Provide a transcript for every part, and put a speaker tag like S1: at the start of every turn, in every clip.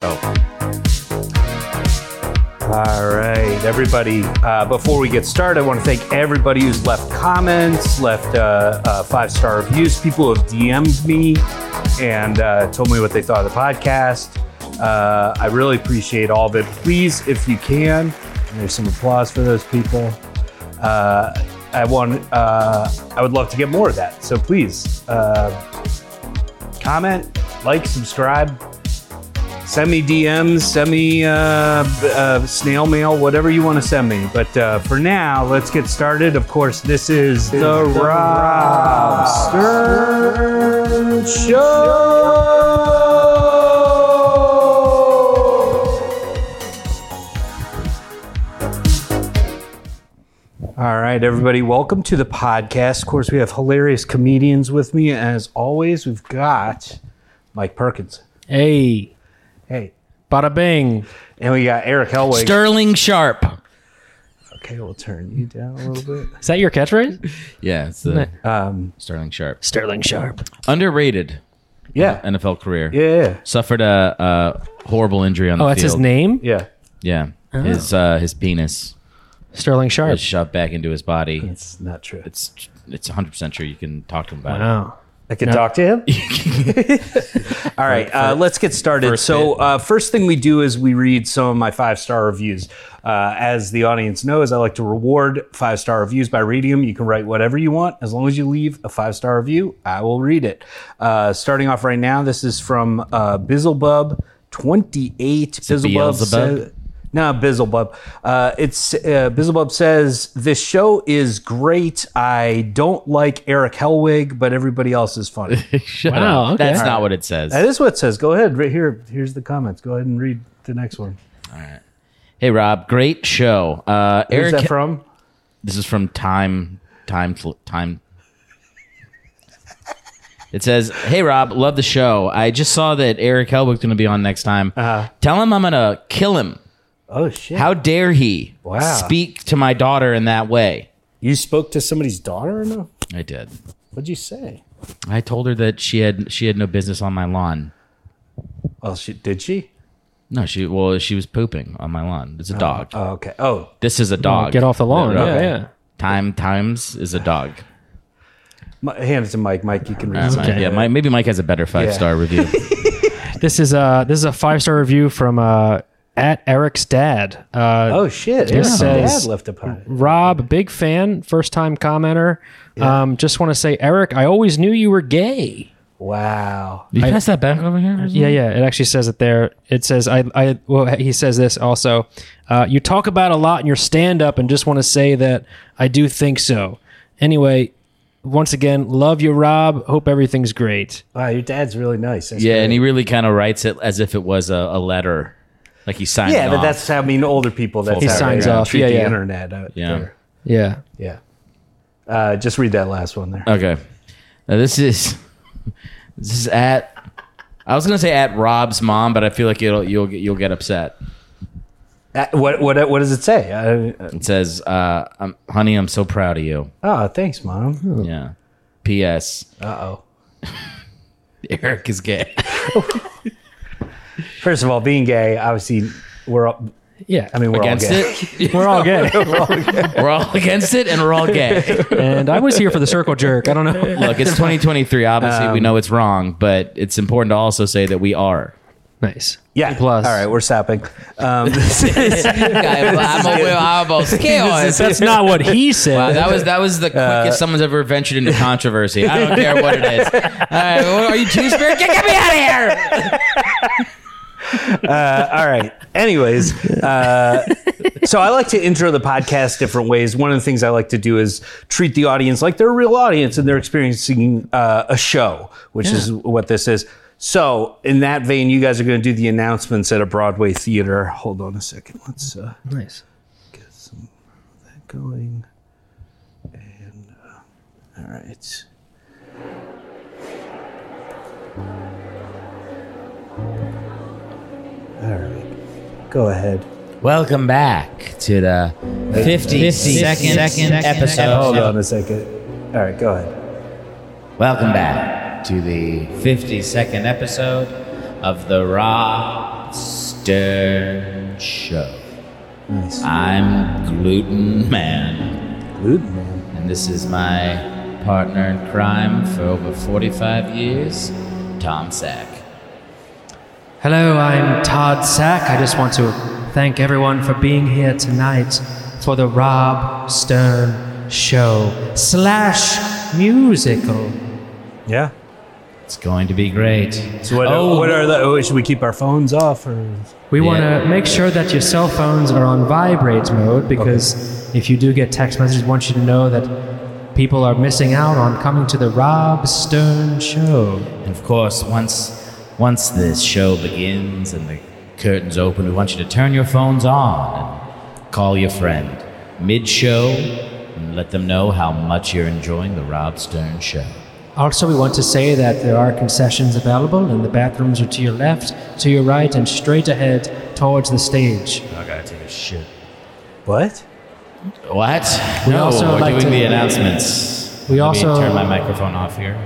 S1: Oh. All right, everybody. Uh, before we get started, I want to thank everybody who's left comments, left uh, uh, five star reviews, people who have DM'd me and uh, told me what they thought of the podcast. Uh, I really appreciate all of it. Please, if you can, and there's some applause for those people. Uh, I want. Uh, I would love to get more of that. So please uh, comment, like, subscribe, send me DMs, send me uh, b- uh, snail mail, whatever you want to send me. But uh, for now, let's get started. Of course, this is the, Rob Stern Show. All right, everybody, welcome to the podcast. Of course, we have hilarious comedians with me. As always, we've got Mike Perkins.
S2: Hey,
S1: Hey,
S2: bada bing.
S1: And we got Eric Helwig.
S2: Sterling Sharp.
S1: Okay, we'll turn you down a little bit.
S2: Is that your catchphrase?
S3: Yeah, it's the
S1: Um,
S3: Sterling Sharp.
S2: Sterling Sharp.
S3: Underrated
S1: yeah,
S3: NFL career.
S1: yeah,
S3: Suffered a, a horrible injury on the
S2: Oh,
S3: field.
S2: that's his name? Oh.
S1: yeah.
S3: Yeah. His uh, his penis
S2: Sterling Sharp.
S3: is shoved back into his body.
S1: It's not true.
S3: It's it's 100% sure you can talk to him about it.
S2: Wow.
S1: I can talk to him. All right, uh, let's get started. so, uh, first thing we do is we read some of my five star reviews. Uh, as the audience knows, I like to reward five star reviews by reading them. You can write whatever you want. As long as you leave a five star review, I will read it. Uh, starting off right now, this is from uh, Bizzlebub28. Bizzlebub
S3: Beelzebub?
S1: says. No, Bizzlebub. Uh, it's uh, Bizzlebub says this show is great. I don't like Eric Helwig, but everybody else is funny.
S3: Shut
S2: Wow,
S3: up.
S2: okay.
S3: That's
S2: All
S3: not what it says.
S1: that is what it says. Go ahead. Right here. Here's the comments. Go ahead and read the next one.
S3: Hey, Rob, great show. Uh,
S1: Where's
S3: Eric,
S1: that from?
S3: this is from Time, Time, Fl- Time. It says, "Hey Rob, love the show. I just saw that Eric Helwig's going to be on next time.
S1: Uh-huh.
S3: Tell him I'm going to kill him.
S1: Oh shit!
S3: How dare he
S1: Wow.
S3: speak to my daughter in that way?
S1: you spoke to somebody's daughter? Or no?
S3: I did.
S1: What'd you say?
S3: I told her that she had she had no business on my lawn.
S1: Well, Oh, she did she?
S3: No, she well she was pooping on my lawn. It's a dog.
S1: Oh, okay. Oh,
S3: this is a dog.
S2: Get off the lawn.
S3: Yeah.
S2: Yeah. yeah.
S3: Time times is a dog.
S1: my, hand it to Mike. Mike, you can read.
S3: Uh, Yeah, Mike, maybe Mike has a better five star review.
S2: This is a this is a five star review from uh, at Eric's dad. Uh,
S1: Oh shit! It
S2: says-
S1: dad left a pie.
S2: Rob, big fan, first time commenter. Um, just want to say, Eric, I always knew you were gay.
S1: Wow.
S3: you pass that back over here?
S2: Yeah, yeah. It actually says it there. It says I, I. Well, he says this also. Uh, you talk about a lot in your stand up, and just want to say that I do think so. Anyway, once again, love you, Rob. Hope everything's great.
S1: Wow, your dad's really nice. That's
S3: Yeah,
S1: great.
S3: and he really kind of writes it as if it was a, a letter, like he signed.
S1: yeah, but
S3: off.
S1: that's how I mean older people. That's
S3: He
S1: how
S2: signs
S1: they uh,
S2: off.
S1: Treat
S2: Yeah,
S1: the
S2: yeah.
S1: internet. Out
S3: Yeah.
S1: There.
S2: Yeah.
S1: Yeah. Uh, just read that last one there.
S3: Okay. Now this is this is at I was gonna say at Rob's mom, but I feel like you'll you'll get- you'll get upset.
S1: Uh, what what what does it say? I, uh,
S3: It says, uh, um, "Honey, I'm so proud of you."
S1: oh, thanks, mom.
S3: Yeah. P.S.
S1: Uh oh.
S3: Eric is gay.
S1: First of all, being gay, obviously, we're all.
S2: Yeah.
S1: I mean, we're
S3: against
S1: all gay.
S3: it.
S2: we're all gay.
S3: We're all against it, and we're all gay.
S2: and I was here for the circle jerk. I don't know.
S3: Look, it's 2023. Obviously,
S1: Um,
S3: we know it's wrong, but it's important to also say that we are.
S2: Nice.
S1: Yeah.
S2: Plus.
S1: All right, we're stopping. Um, this is-
S2: That's not what he said.
S3: Wow, Oh, that was that was the quickest someone's ever ventured into controversy. I don't care what it is. All right, what- are you two spirit? Get, get me out of here!
S1: uh, all right. Anyways, uh, so I like to intro the podcast different ways. One of the things I like to do is treat the audience like they're a real audience and they're experiencing uh, a show, which is what this is. So, in that vein, you guys are going to do the announcements at a Broadway theater. Hold on a second. Let's. Uh,
S2: nice.
S1: going. And uh, all right. All right. Go ahead.
S3: Welcome back to the 50 second, episode.
S1: Hold on a second. All right, go ahead.
S3: Welcome back to the 52nd episode of the Raw Stern Show.
S4: Nice.
S3: I'm Gluten Man,
S4: Gluten, man.
S3: and this is my partner in crime for over 45 years, Tom Sack.
S2: Hello, I'm Todd Sack. I just want to thank everyone for being here tonight for the Rob Stern Show slash musical.
S4: Yeah.
S3: It's going to be great.
S4: So what,
S3: Oh.
S4: what are the? Oh, should we keep our phones off or?
S2: We
S3: Yeah.
S2: want to make sure that your cell phones are on vibrate mode because if you do get text messages, we want you to know that people are missing out on coming to the Rob Stern Show.
S3: And of course, once once this show begins and the curtains open, we want you to turn your phones on and call your friend mid-show and let them know how much you're enjoying the Rob Stern show.
S2: Also, we want to say that there are concessions available, and the bathrooms are to your left, to your right, and straight ahead towards the stage.
S3: I gotta take a shit.
S4: What?
S3: What?
S2: We
S3: no,
S2: also
S3: we're
S2: like
S3: doing
S2: to-
S3: the announcements.
S2: We
S3: Let
S2: also-
S3: me turn my microphone off here.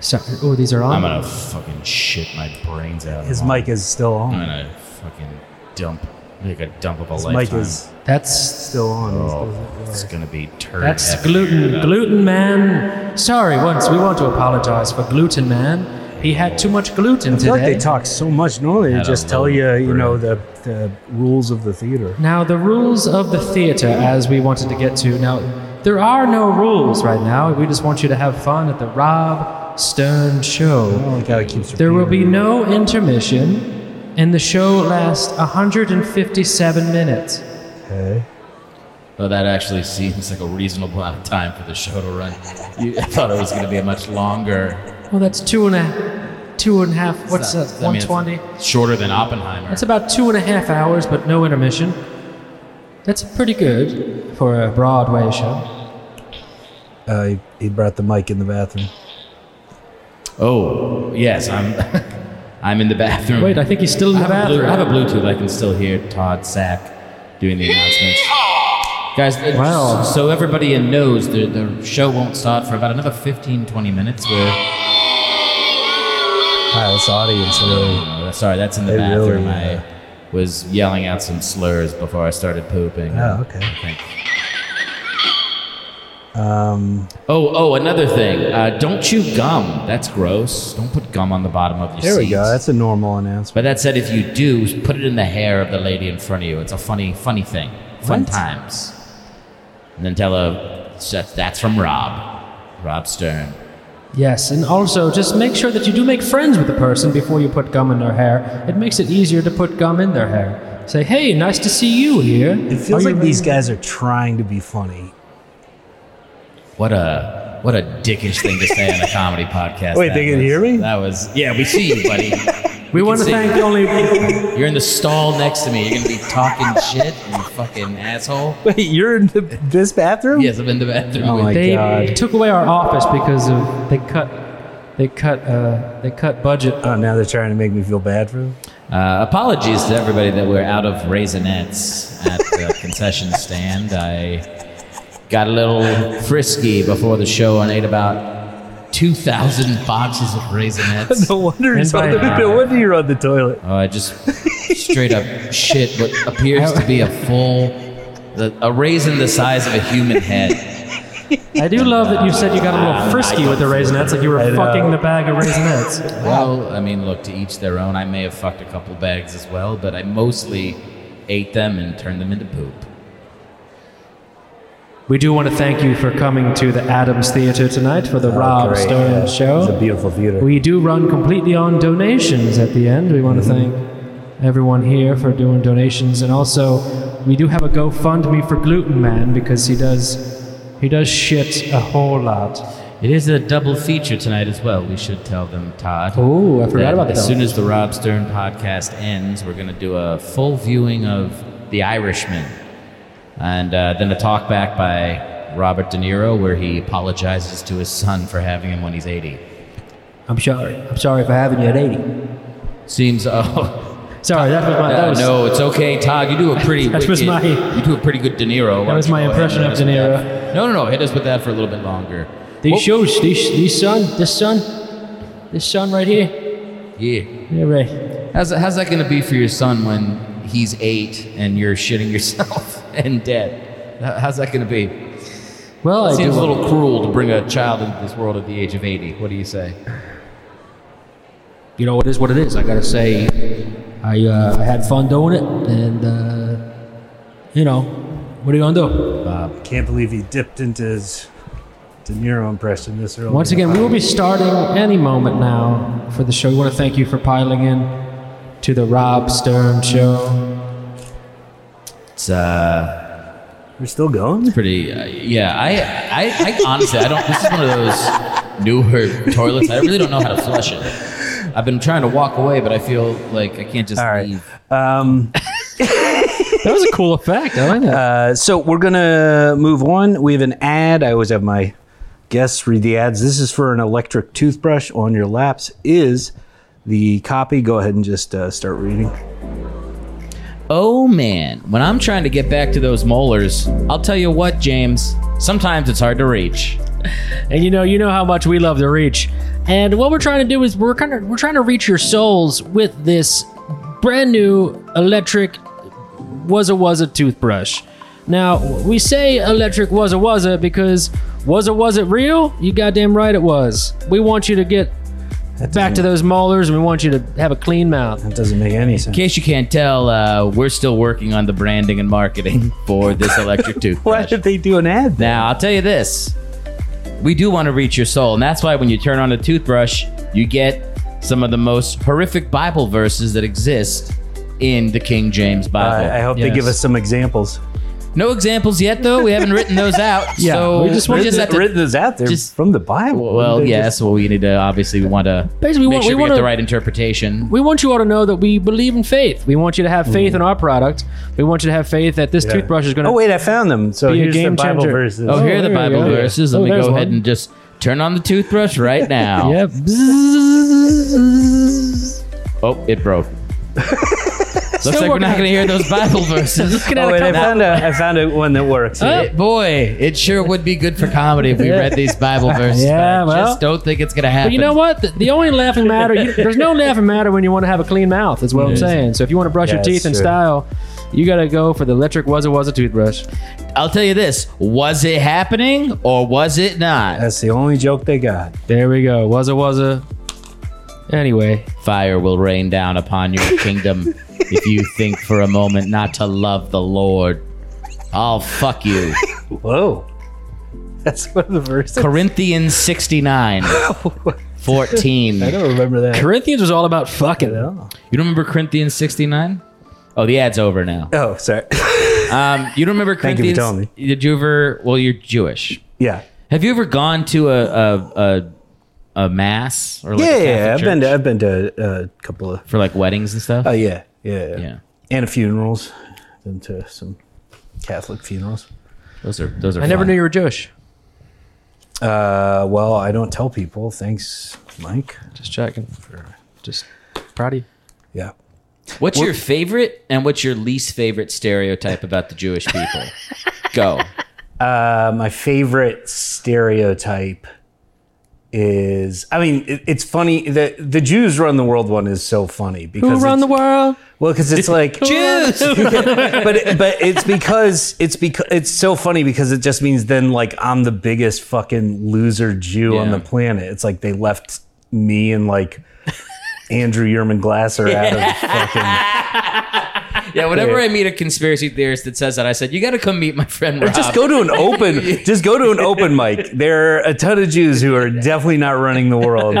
S2: So, oh, these are on.
S3: I'm gonna fucking shit my brains out.
S4: His mic is still
S3: I'm
S4: on.
S3: gonna fucking dump. Make a dump of a
S4: His mic
S3: lifetime.
S4: is
S2: That's
S4: still on.
S3: oh, it's gonna be turd.
S2: that's
S3: heavy.
S2: gluten, gluten man. Sorry, once we want to apologize for gluten man. He had too much gluten
S4: I feel like
S2: today.
S4: they talk so much. Normally, they
S3: Had a
S4: just tell
S3: load
S4: you,
S3: of
S4: you
S3: bread.
S4: know, the, the rules of the theater.
S2: Now, the rules of the theater, as we wanted to get to. Now, there are no rules right now. We just want you to have fun at the Rob Stern Show.
S4: I don't like how it keeps.
S2: There will be
S4: repeating.
S2: no intermission, and the show lasts 157 minutes.
S4: Okay.
S3: Well, that actually seems like a reasonable amount of time for the show to run. You, I thought it was going to be a much longer.
S2: Well, that's two and a two and a half. What's
S3: It's
S2: that?
S3: not- I mean,
S2: 120.
S3: it's shorter than Oppenheimer.
S2: That's about two and a half hours, but no intermission. That's pretty good for a Broadway show.
S4: Uh, he, he brought the mic in the bathroom.
S3: oh, yes, I'm. I'm in the bathroom.
S2: Wait, I think he's still in
S3: I
S2: the
S3: have, a Blu- I have
S2: bathroom.
S3: a Bluetooth. I can still hear Todd Sack doing the announcements. Guys, uh,
S2: Wow.
S3: so everybody in knows the, the show won't start for about another 15, 20 minutes. Where,
S4: Wow, this audience really.
S3: oh, sorry, that's in the
S4: They really,
S3: bathroom.
S4: uh,
S3: I was yelling out some slurs before I started pooping.
S4: Oh, okay.
S3: I think.
S4: Um,
S3: Oh, oh, another thing. Uh, don't chew gum. That's gross. Don't put gum on the bottom of your
S4: there we go.
S3: seats.
S4: That's a normal announcement.
S3: But that said, if you do, put it in the hair of the lady in front of you. It's a funny, funny thing. Fun
S4: What?
S3: times. And then tell her "That's- that's from Rob. Rob Stern.
S2: Yes, and also just make sure that you do make friends with the person before you put gum in their hair. It makes it easier to put gum in their hair. Say, hey, nice to see you here.
S4: It feels like these guys are trying to be funny.
S3: What a what a dickish thing to say on a comedy podcast.
S4: Wait,
S3: that
S4: they can
S3: was.
S4: hear me?
S3: That was yeah. We see you, buddy.
S2: We want to
S3: see
S2: thank only.
S3: You're in the stall next to me. You're gonna be talking shit, you fucking asshole.
S4: Wait, you're in the, this bathroom?
S3: Yes, I'm in the bathroom.
S4: Oh
S3: with
S4: my
S2: They
S4: God.
S2: took away our office because of they cut, they cut, uh, they cut budget.
S4: Oh, now they're trying to make me feel bad for them.
S3: Uh, apologies to everybody that we're out of raisinettes at the concession stand. I got a little frisky before the show and ate about 2,000 boxes of raisinettes.
S4: No wonder, he's on
S2: by
S4: the,
S2: now.
S4: no wonder you're on the toilet.
S3: Oh, I just straight up shit what appears to be a full, the, a raisin the size of a human head.
S2: I do love that you said you got a little frisky with the raisinets, like you were
S4: I know.
S2: fucking the bag of raisinets.
S3: Well, I mean, look, to each their own. I may have fucked a couple bags as well, but I mostly ate them and turned them into poop.
S2: We do want to thank you for coming to the Adams Theater tonight for the Rob
S4: Oh, Great,
S2: Stern
S4: yeah.
S2: show.
S4: It's a beautiful theater.
S2: We do run completely on donations at the end. We want to thank everyone here for doing donations, and also we do have a GoFundMe for Gluten Man because he does he does shit a whole lot.
S3: It is a double feature tonight as well. We should tell them, Todd.
S2: Oh, I forgot
S3: that
S2: about that.
S3: As soon as the Rob Stern podcast ends, we're going to do a full viewing of The Irishman, and uh, then a talk back by Robert De Niro where he apologizes to his son for having him when he's 80.
S2: I'm sorry. I'm sorry for having you at 80.
S3: Seems oh
S2: Sorry, that was my that
S3: uh,
S2: was,
S3: no, it's okay, Todd. You do a pretty
S2: That was
S3: wicked-
S2: my-
S3: you do a pretty good De Niro. Why
S2: That was
S3: don't you
S2: my
S3: go ahead and
S2: impression
S3: hit
S2: of
S3: us
S2: De
S3: with
S2: Niro.
S3: that? No, no, no. Hit us with that for a little bit longer.
S2: These
S3: What-
S2: shoes, these these sun, this sun, this sun right here.
S3: Yeah.
S2: Yeah, right.
S3: How's that, how's that going to be for your son when he's eight and you're shitting yourself and dead? How- How's that going to be?
S2: Well, I
S3: Seems
S2: do-
S3: a little cruel to bring a child into this world at the age of 80. What do you say?
S5: you know, it is what it is. I gotta say, I uh, I had fun doing it, and uh, you know, what are you gonna do?
S4: Uh,
S6: Can't believe he dipped into his De Niro impression this early.
S2: Once again, we will be starting any moment now for the show. We want to thank you for piling in to the Rob Stern Show.
S3: It's uh,
S6: we're still going.
S3: pretty uh, yeah I, I i honestly i don't this is one of those newer toilets i really don't know how to flush it i've been trying to walk away but i feel like i can't just
S1: All right.
S3: leave
S1: Um,
S2: That was a cool effect. I like that.
S1: uh, so we're gonna move on. We have an ad. I always have my guests read the ads. This is for an electric toothbrush on your laps. Is the copy? Go ahead and just uh, start reading.
S3: oh man when i'm trying to get back to those molars i'll tell you what james sometimes it's hard to reach
S2: And you know, you know how much we love to reach. And what we're trying to do is we're kind of we're trying to reach your souls with this brand new electric wazza wazza toothbrush. Now we say electric wazza wazza because wazza was it real? You goddamn right it was. We want you to get back to those molars, and we want you to have a clean mouth.
S1: That doesn't make any sense.
S3: in case you can't tell uh, we're still working on the branding and marketing for this electric
S1: Why
S3: toothbrush
S1: did they do an ad? then?
S3: Now, I'll tell you this. We do want to reach your soul, and that's why when you turn on a toothbrush, you get some of the most horrific Bible verses that exist in the King James Bible.
S1: I, I hope they
S2: Yes.
S1: give us some examples.
S3: no examples yet, though. We haven't written those out.
S2: Yeah,
S3: so
S2: we just want-
S1: Written-
S3: have to-
S1: written those out there
S3: just-
S1: from the Bible.
S3: Well,
S1: They're
S3: yes.
S1: just-
S3: well, we need to obviously we want to
S2: Basically, we
S3: make
S2: want-
S3: sure
S2: we
S3: we,
S2: wanna- Oh,
S3: get the right interpretation.
S2: We want you all to know that we believe in faith. We want you to have faith in our product. We want you to have faith that this
S1: Yeah.
S2: toothbrush is going to
S1: Oh wait, I found them. So
S2: Be a
S1: here's the
S2: game
S1: Bible
S2: changer.
S1: verses.
S3: oh,
S2: Oh,
S3: here are the
S2: there you
S3: Bible
S2: go.
S3: verses.
S2: Oh,
S3: Let me
S2: there's
S3: go ahead
S2: one.
S3: and just turn on the toothbrush right now.
S2: Yeah.
S3: Oh, it broke. Looks like we're
S2: working
S3: not
S2: on
S3: going to hear those Bible verses.
S1: Oh, wait, I found a I found a one that works.
S2: Oh.
S1: Here.
S3: Boy, it sure would be good for comedy if we read these Bible verses.
S2: Yeah,
S3: but I
S2: well.
S3: just don't think it's gonna happen.
S2: But you know what? The, the only laughing matter, you, there's no laughing matter when you want to have a clean mouth, is what I'm saying. So if you want to brush your
S1: Yeah,
S2: teeth
S1: it's
S2: in
S1: true.
S2: style, you got to go for the electric Wazza Wazza toothbrush.
S3: I'll tell you this: was it happening or was it not?
S1: That's the only joke they got.
S2: There we go. Wazza Wazza. Anyway,
S3: Fire will rain down upon your kingdom if you think for a moment not to love the Lord. I'll fuck you.
S1: Whoa, that's one of the verses.
S3: Corinthians 69, 14.
S1: I
S3: You
S1: don't remember that.
S2: Corinthians was all about fucking.
S1: No.
S3: don't remember Corinthians 69? Oh, the ad's over now.
S1: Oh, sorry.
S3: Um, you don't remember
S1: Thank you
S3: Corinthians?
S1: for telling
S3: Did you ever? Well, you're Jewish.
S1: yeah.
S3: Have you ever gone to a a a, a mass or like
S1: Yeah,
S3: a
S1: yeah, yeah. I've
S3: Catholic
S1: been to
S3: church
S1: I've been to uh, a couple of
S3: for like weddings and stuff?
S1: oh yeah, yeah, yeah,
S3: yeah,
S1: and funerals. Been to some Catholic funerals.
S3: those are those are.
S2: I never
S3: fun.
S2: knew you were Jewish.
S1: Uh, well, I don't tell people. Thanks, Mike.
S2: Just checking. Just proud of you.
S1: Yeah.
S3: What's your favorite and what's your least favorite stereotype about the Jewish people? Go.
S1: Uh, my favorite stereotype is I mean it, it's funny the the Jews run the world one is so funny
S2: Who
S1: because
S2: run
S1: it's-
S2: the world?
S1: well because it's like
S3: Jews.
S1: but it- but it's because it's because it's so funny because it just means then like I'm the biggest fucking loser Jew on
S3: Yeah.
S1: the planet. It's like they left me and like Andrew Yerman Glasser out of fucking.
S3: Yeah. Whenever I meet a conspiracy theorist that says that, I said you got to come meet my friend Rob.
S1: Just go to an open. Just go to an open mic. There are a ton of Jews who are definitely not running the world,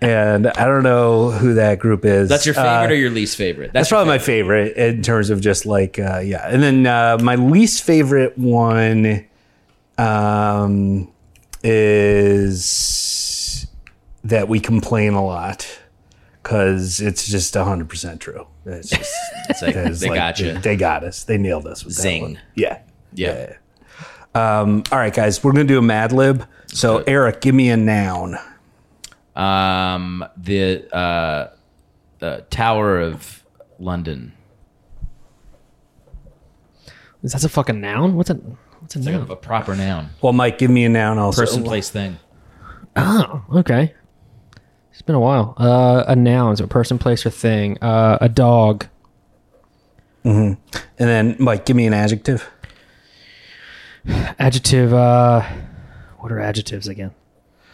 S1: and I don't know who that group is.
S3: That's your
S1: Uh,
S3: favorite or your least favorite?
S1: That's probably my favorite in terms of just like uh, yeah, and then uh, my least favorite one um, is that we complain a lot because it's just hundred percent true. It's just,
S3: It's like,
S1: it's
S3: they
S1: like,
S3: got you.
S1: They, got us. They nailed us with
S3: Zing.
S1: that one. Yeah.
S3: yeah.
S1: Um, all right, guys, we're gonna do a Mad Lib. So Eric, give me a noun.
S3: Um. The uh, the Tower of London.
S2: That's a fucking noun? What's a, what's a
S3: Like a,
S2: noun?
S3: a proper noun.
S1: Well, Mike, give me a noun also.
S3: Person, place, thing.
S2: Oh, okay. Ah, It's been a while. Uh, a noun is a person, place, or thing. Uh, a dog.
S1: And then, Mike, give me an adjective.
S2: Adjective. Uh, what are adjectives again?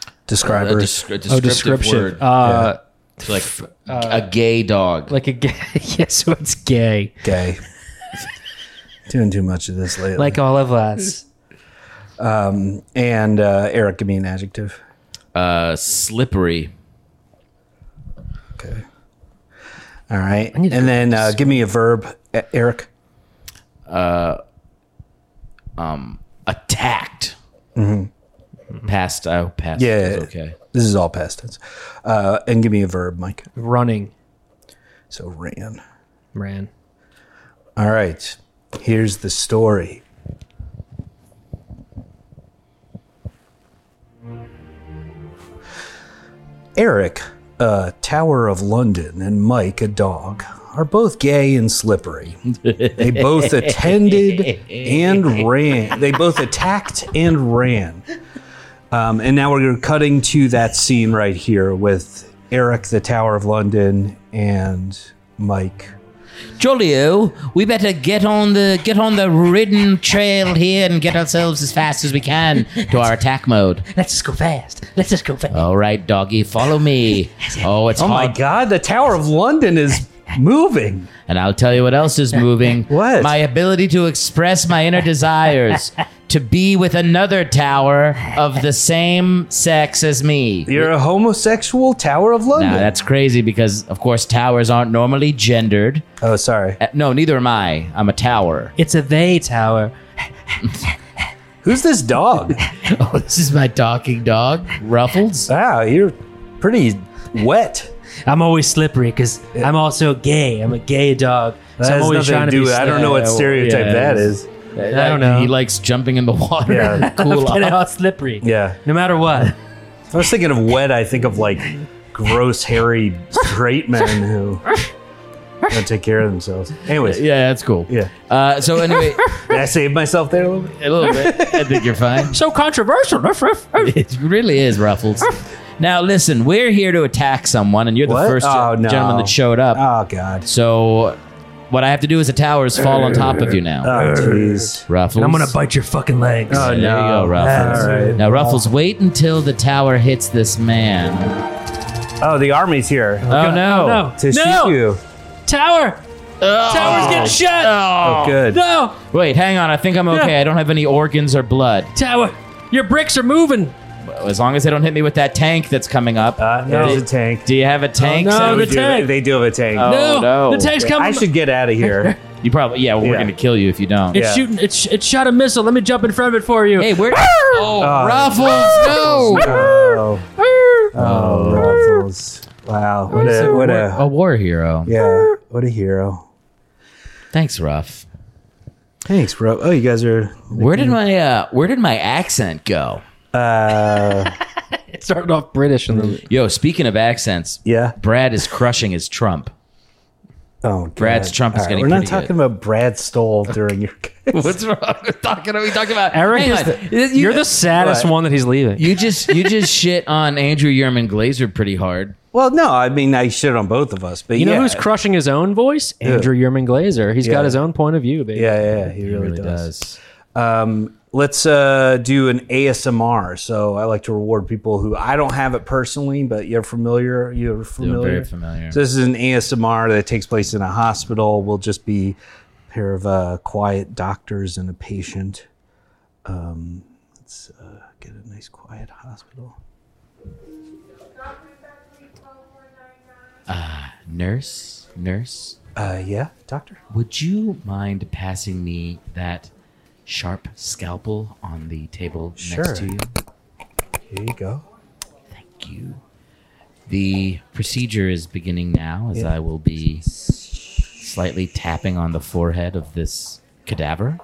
S7: A,
S3: Uh,
S1: Describers.
S7: descri- descriptive
S2: Oh, description.
S7: word.
S2: Uh,
S7: It's like a gay dog.
S2: Like a gay. yeah, so it's gay.
S1: gay. Doing too much of this lately.
S2: Like all of us.
S1: and uh, Eric, give me an adjective.
S7: uh, slippery.
S1: Okay. All right. And then uh, give me a verb, E- Eric.
S7: Attacked. Past. Oh, past.
S1: Yeah.
S7: is Okay.
S1: This is all past tense. Uh, and give me a verb, Mike.
S2: Running.
S1: So ran.
S2: Ran.
S1: All right. Here's the story. Eric, a Tower of London, and Mike, a dog, are both gay and slippery. They both attended and ran. They both attacked and ran. Um, and now we're cutting to that scene right here with Eric, the Tower of London, and Mike,
S3: Jolio, we better get on the get on the ridden trail here and get ourselves as fast as we can to our attack mode.
S8: Let's just go fast. Let's just go fast.
S3: All right, doggy, follow me. Oh, it's
S1: Oh my
S3: hard.
S1: God, the Tower of London is moving.
S3: And I'll tell you what else is moving.
S1: What?
S3: My ability to express my inner desires to be with another tower of the same sex as me.
S1: You're a homosexual Tower of London.
S3: Now, that's crazy because, of course, towers aren't normally gendered.
S1: oh, sorry.
S3: Uh, No, neither am I. I'm a tower.
S2: It's a they tower.
S1: Who's this dog?
S3: Oh, this is my talking dog, Ruffles.
S1: wow, you're pretty wet.
S2: I'm always slippery because I'm also gay. I'm a gay dog. So
S1: That
S2: I'm
S1: has
S2: always
S1: nothing
S2: trying
S1: to
S2: to
S1: do.
S2: be
S1: I don't know what
S2: sli-
S1: stereotype
S3: yeah,
S1: that
S3: it
S1: is.
S2: I don't know.
S3: He likes jumping in the water.
S1: Yeah.
S3: cool
S2: I'm
S3: off.
S2: all slippery.
S1: Yeah.
S2: No matter what.
S1: If I was thinking of wet, I think of like gross, hairy, straight men who don't take care of themselves. Anyways, yeah.
S3: Yeah, that's cool. Uh, so anyway,
S1: Did I saved myself there a little bit?
S3: a little bit. I think you're fine.
S2: So controversial.
S3: It really is, Ruffles. now, listen, we're here to attack someone, and you're the
S1: What?
S3: first gen-
S1: Oh, no.
S3: gentleman that showed up.
S1: Oh, God.
S3: So, what I have to do as a tower is fall on top of you now,
S1: Oh, jeez.
S3: Ruffles.
S2: I'm going to bite your fucking legs.
S1: Oh,
S3: There you
S1: no.
S3: go, Ruffles.
S1: All right.
S3: Now, Ruffles, wait until the tower hits this man.
S1: Oh, the army's here
S3: Oh, no.
S2: no.
S1: to
S2: no.
S1: shoot you.
S2: Tower. Tower's getting shot.
S1: Oh, good.
S2: No.
S3: Wait, hang on. I think I'm okay. I don't have any organs or blood.
S2: Tower. Your bricks are moving.
S3: As long as they don't hit me with that tank that's coming up.
S1: Uh, oh, no,
S3: Do-
S1: it's a tank.
S3: Do you have a tank?
S2: no,
S3: So-
S1: They
S2: the
S1: do-
S2: tank.
S1: They do have a tank.
S3: Oh,
S2: no.
S3: no.
S2: The tank's coming.
S1: I should get out of here.
S3: You probably. Yeah, well, we're
S1: Yeah.
S3: gonna kill you if you don't.
S2: it's
S1: yeah.
S2: shooting. It's it shot a missile. Let me jump in front of it for you.
S3: Hey, where? Oh,
S1: Uh,
S3: Ruffles, no!
S1: oh, oh, Ruffles. Wow. What a, what
S3: a
S1: a,
S3: war hero.
S1: yeah, what a hero.
S3: Thanks, Ruff.
S1: Thanks, bro. Oh, you guys are,
S3: Where did my uh, where did my accent go?
S2: It started off British and then
S3: Yo, speaking of accents,
S1: yeah.
S3: Brad is crushing his Trump.
S1: Oh,
S3: Brad's
S1: God.
S3: Trump is
S1: All
S3: getting
S1: We're not
S3: pretty
S1: talking
S3: good.
S1: about Brad Stoll during your.
S3: What's wrong with talking? Are we talking about
S2: Eric
S3: Hang
S2: is
S3: on.
S2: the, you're the saddest
S1: What?
S2: one that he's leaving.
S3: You just you just shit on Andrew Yerman Glazer pretty hard.
S1: well, no, I mean I shit on both of us, but
S2: You know
S1: yeah.
S2: who's crushing his own voice? Andrew Yerman Glazer. He's
S1: Yeah.
S2: got his own point of view, baby.
S1: Yeah, yeah, yeah, he, really, does. Um, let's uh, do an ASMR. So I like to reward people who I don't have it personally, but you're familiar. You're familiar.
S3: very familiar.
S1: So this is an ASMR that takes place in a hospital. We'll just be a pair of uh, quiet doctors and a patient. Um, let's uh, get a nice quiet hospital.
S3: Nurse, nurse,
S1: Uh, yeah, doctor.
S3: would you mind passing me that sharp scalpel on the table
S1: Sure.
S3: next to you?
S1: Here you go.
S3: Thank you. The procedure is beginning now as I will be slightly tapping on the forehead of this cadaver.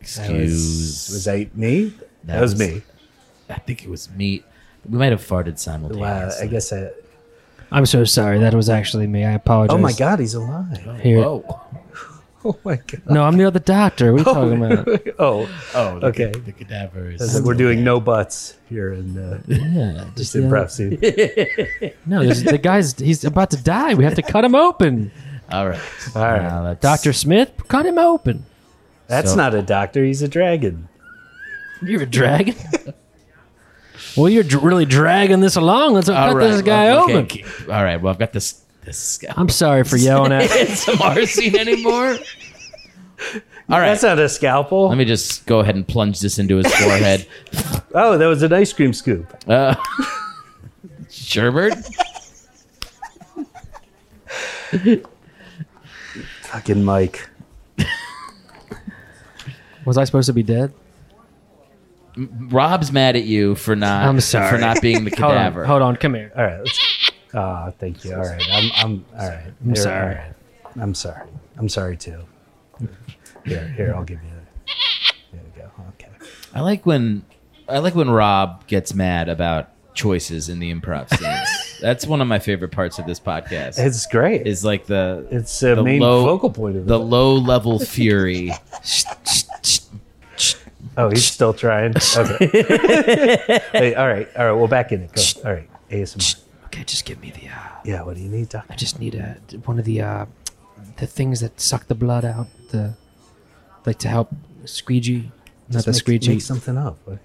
S3: Excuse.
S1: Was that me? That,
S3: That
S1: was,
S3: was-
S1: me.
S3: I think it was me. We might have farted
S1: Wow. I
S3: simultaneously.
S1: guess I.
S2: I'm so sorry. That was actually me. I apologize.
S1: Oh my God, he's alive.
S2: Here,
S3: Whoa.
S1: Oh my god.
S2: No, I'm the other doctor. What are you talking about?
S1: Oh. Oh. Okay.
S3: The cadaver
S1: As in, We're doing no butts here in uh,
S2: Yeah,
S1: just in prep scene.
S2: No, there's, the guy's he's about to die. We have to cut him open.
S3: All right.
S1: All right.
S2: Doctor Smith, cut him open.
S1: That's
S3: So-
S1: not a doctor. He's a dragon.
S2: You're a dragon. well, you're dr- really dragging this along. Let's cut this guy
S3: okay,
S2: open.
S3: okay. All right. Well, I've got this. This guy.
S2: I'm sorry for yelling at.
S3: It's a Marcine anymore. All right.
S1: That's not a scalpel.
S3: Let me just go ahead and plunge this into his forehead.
S1: oh, that was an ice cream scoop.
S3: Uh, Sherbert?
S1: Fucking Mike.
S2: Was I supposed to be dead?
S3: Rob's mad at you for not
S2: I'm sorry.
S3: for not being the
S2: Hold on,
S3: cadaver.
S2: hold on, come here.
S1: All right. Let's, Ah, thank you. All right. I'm. I'm. All right.
S2: I'm
S1: Here,
S2: sorry.
S1: all right. I'm sorry. I'm sorry too. Here, here. I'll give you. that. There we go. Okay.
S3: I like when I like when Rob gets mad about choices in the improv scenes. That's one of my favorite parts of this podcast.
S1: It's great. It's,
S3: is like the
S1: it's a
S3: the
S1: main
S3: low-
S1: focal point of
S3: the
S1: it.
S3: low level fury.
S1: Oh, he's still trying. Okay. Hey, all right. All right. Well, back in it. Go. All right. ASMR.
S2: Okay, just give me the. Uh,
S1: Yeah. What do you need,
S2: I
S1: Doctor?
S2: just need a one of the uh, the things that suck the blood out. The like to help squeegee,
S1: Just
S2: not the
S1: make-
S2: squeegee.
S1: Make something up.
S3: A,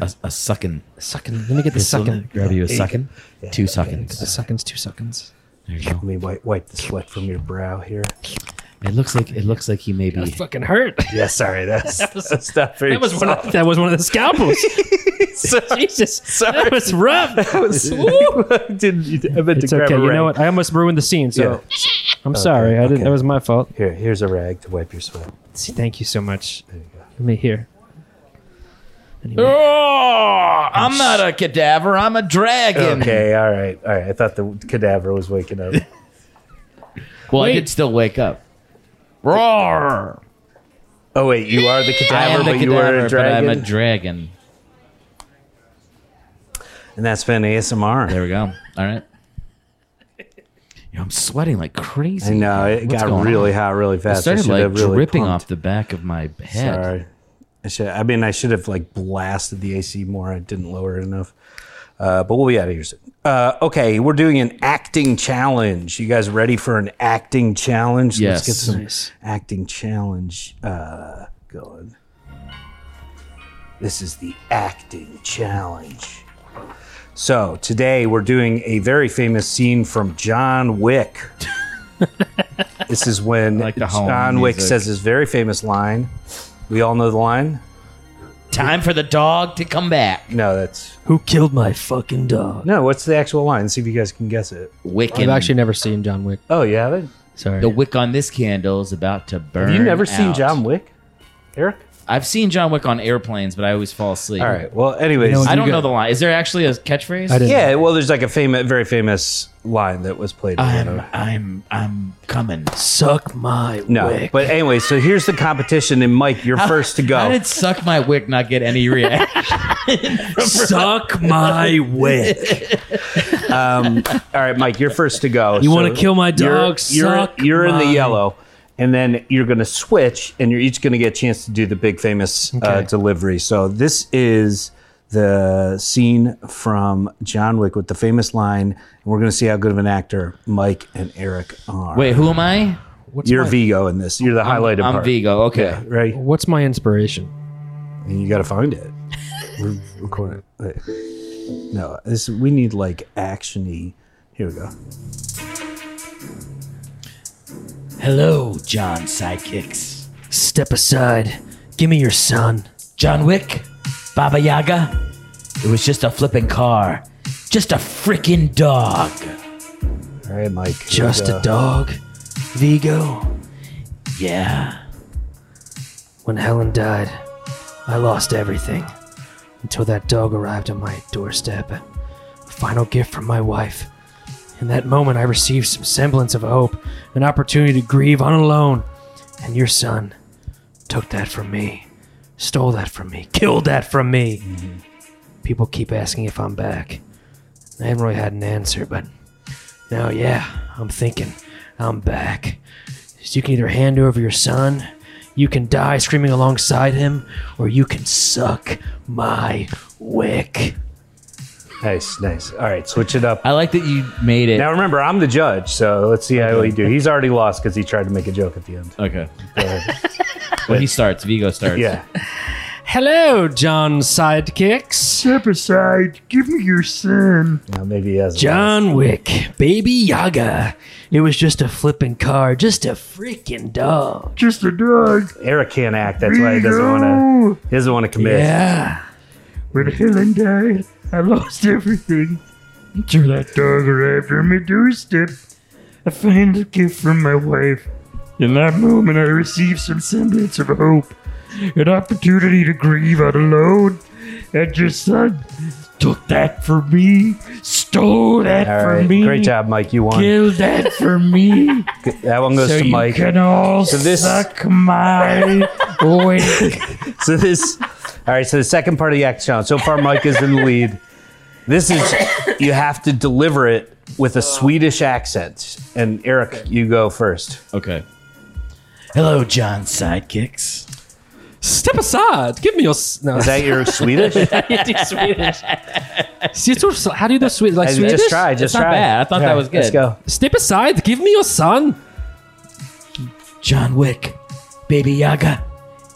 S3: a, a sucking.
S2: sucking. Let me get the sucking.
S3: Grab you
S1: you
S3: a sucking.
S1: Yeah,
S3: Two
S1: okay.
S2: The
S3: suckings.
S2: suckings, two suckings.
S3: There you
S1: Let
S3: go.
S1: me wipe, wipe the sweat from your brow here.
S3: It looks like it looks like he may be.
S2: Fucking hurt.
S1: Yeah, sorry, that's that was, that's not very.
S2: That was one. Of, that was one of the scalpels. Jesus,
S1: Sorry.
S2: that was rough.
S1: I didn't. I meant
S2: it's
S1: to grab
S2: okay.
S1: a rag.
S2: You know what? I almost ruined the scene. So
S1: Yeah.
S2: I'm sorry. I didn't.
S1: okay.
S2: That was my fault.
S1: Here, here's a rag to wipe your sweat.
S2: See, thank you so much.
S1: There you go.
S2: Let me hear.
S3: Oh, I'm not a cadaver. I'm a dragon.
S1: Okay, all right, all right. I thought the cadaver was waking up.
S3: Well, I
S2: Wait.
S3: did still wake up. Roar!
S1: Oh wait, you are the
S3: I
S1: cadaver,
S3: am
S1: but
S3: the
S1: you are
S3: cadaver,
S1: a
S3: but I'm
S1: dragon,
S3: a dragon.
S1: and that's been ASMR.
S3: There we go. All right. Yo, I'm sweating like crazy.
S1: I know it
S3: What's
S1: got
S3: going
S1: really
S3: on?
S1: hot really
S3: It
S1: fast.
S3: started
S1: I
S3: like
S1: should have really
S3: dripping
S1: pumped.
S3: off the back of my head.
S1: Sorry. I should. I mean, I should have like blasted the AC more. I didn't lower it enough. Uh, but we'll be out of here soon. Uh, okay, we're doing an acting challenge. You guys ready for an acting challenge? Let's
S3: Yes.
S1: get some acting challenge uh, going. This is the acting challenge. So today we're doing a very famous scene from John Wick. this is when
S3: like the home
S1: John Wick
S3: music.
S1: says his very famous line. We all know the line.
S3: Time for the dog to come back.
S1: No, that's
S2: Who killed my fucking dog?
S1: no. What's the actual line? See if you guys can guess it.
S3: Wiccan.
S2: I've actually never seen John Wick.
S1: Oh, you haven't?
S2: Sorry.
S3: the wick on this candle is about to burn.
S1: Have you never seen
S3: out.
S1: John Wick, Eric?
S3: I've seen John Wick on airplanes, but I always fall asleep.
S1: All right. Well, anyways,
S2: You know,
S3: I don't
S2: You
S3: know
S2: go-
S3: the line. Is there actually a catchphrase?
S2: I didn't.
S1: yeah. Well, there's like a famous, very famous line that was played.
S3: I'm I'm I'm coming.
S2: Suck my
S1: no,
S2: wick.
S1: but anyway, so here's the competition, and Mike, you're first to
S3: How
S1: go.
S3: did suck my wick not get any reaction?
S2: Suck my wick.
S1: Um, all right, Mike, you're first to go.
S2: You wanna kill my dog?
S1: You're, you're,
S2: Suck
S1: you're in the
S2: my-
S1: yellow, and then you're going to switch, and you're each going to get a chance to do the big famous uh,
S2: Okay.
S1: delivery. So this is the scene from John Wick with the famous line, and we're going to see how good of an actor Mike and Eric are.
S3: Wait, who am I?
S1: you're Vigo in this. You're the highlighted
S3: I'm
S1: part.
S3: Vigo. Okay.
S1: Right,
S2: What's my inspiration?
S1: and you got to find it. We're recording. Wait. No, this we need like actiony. Here we go.
S3: Hello, John Sidekicks.
S2: Step aside. Give me your son.
S3: John Wick? Baba Yaga? It was just a flipping car. Just a freaking dog.
S1: All right, Mike. here we
S2: Just
S1: go.
S2: a dog. Vigo.
S3: Yeah.
S2: When Helen died, I lost everything until that dog arrived on my doorstep. A final gift from my wife. In that moment, I received some semblance of hope, an opportunity to grieve on alone. And your son took that from me, stole that from me, killed that from me. People keep asking if I'm back. I haven't really had an answer, but now, yeah, I'm thinking I'm back. So you can either hand over your son, you can die screaming alongside him, or you can suck my wick.
S1: Nice, nice. All right, switch it up.
S3: I like that you made it.
S1: Now remember, I'm the judge, so let's see how we do. He's already lost because he tried to make a joke at the end.
S3: okay. when he starts, Vigo starts.
S1: Yeah.
S2: Hello, John Sidekicks.
S1: Now maybe he has.
S2: John Wick, Baby Yaga. It was just a flipping car, just a freaking dog.
S1: Eric can't act. That's why he doesn't want to. He doesn't want to commit.
S2: Yeah.
S9: When Helen died, I lost everything. Until that dog arrived on my doorstep, I found a gift from my wife. In that moment, I received some semblance of hope, an opportunity to grieve out alone. And your son took that for me, stole that
S1: All
S9: from
S1: right.
S9: me,
S1: Great job, Mike. You won.
S9: killed that for me.
S1: That one goes
S9: so
S1: to
S9: you
S1: Mike.
S9: can all
S1: this-
S9: suck my wig.
S1: So this, all right. So the second part of the act challenge. So far, Mike is in the lead. This is you have to deliver it with a Swedish accent. And Eric, you go first.
S3: Okay. Hello, John Sidekicks.
S2: Step aside. Give me your. s- No.
S1: Is that your Swedish? I
S2: See, it's sort of- how do you do Swedish? Like Swedish?
S1: just try. Just
S3: not
S1: try.
S3: bad. I thought that
S1: All right,
S3: was good.
S1: Let's go.
S2: Step aside. Give me your son.
S10: John Wick, Baby Yaga.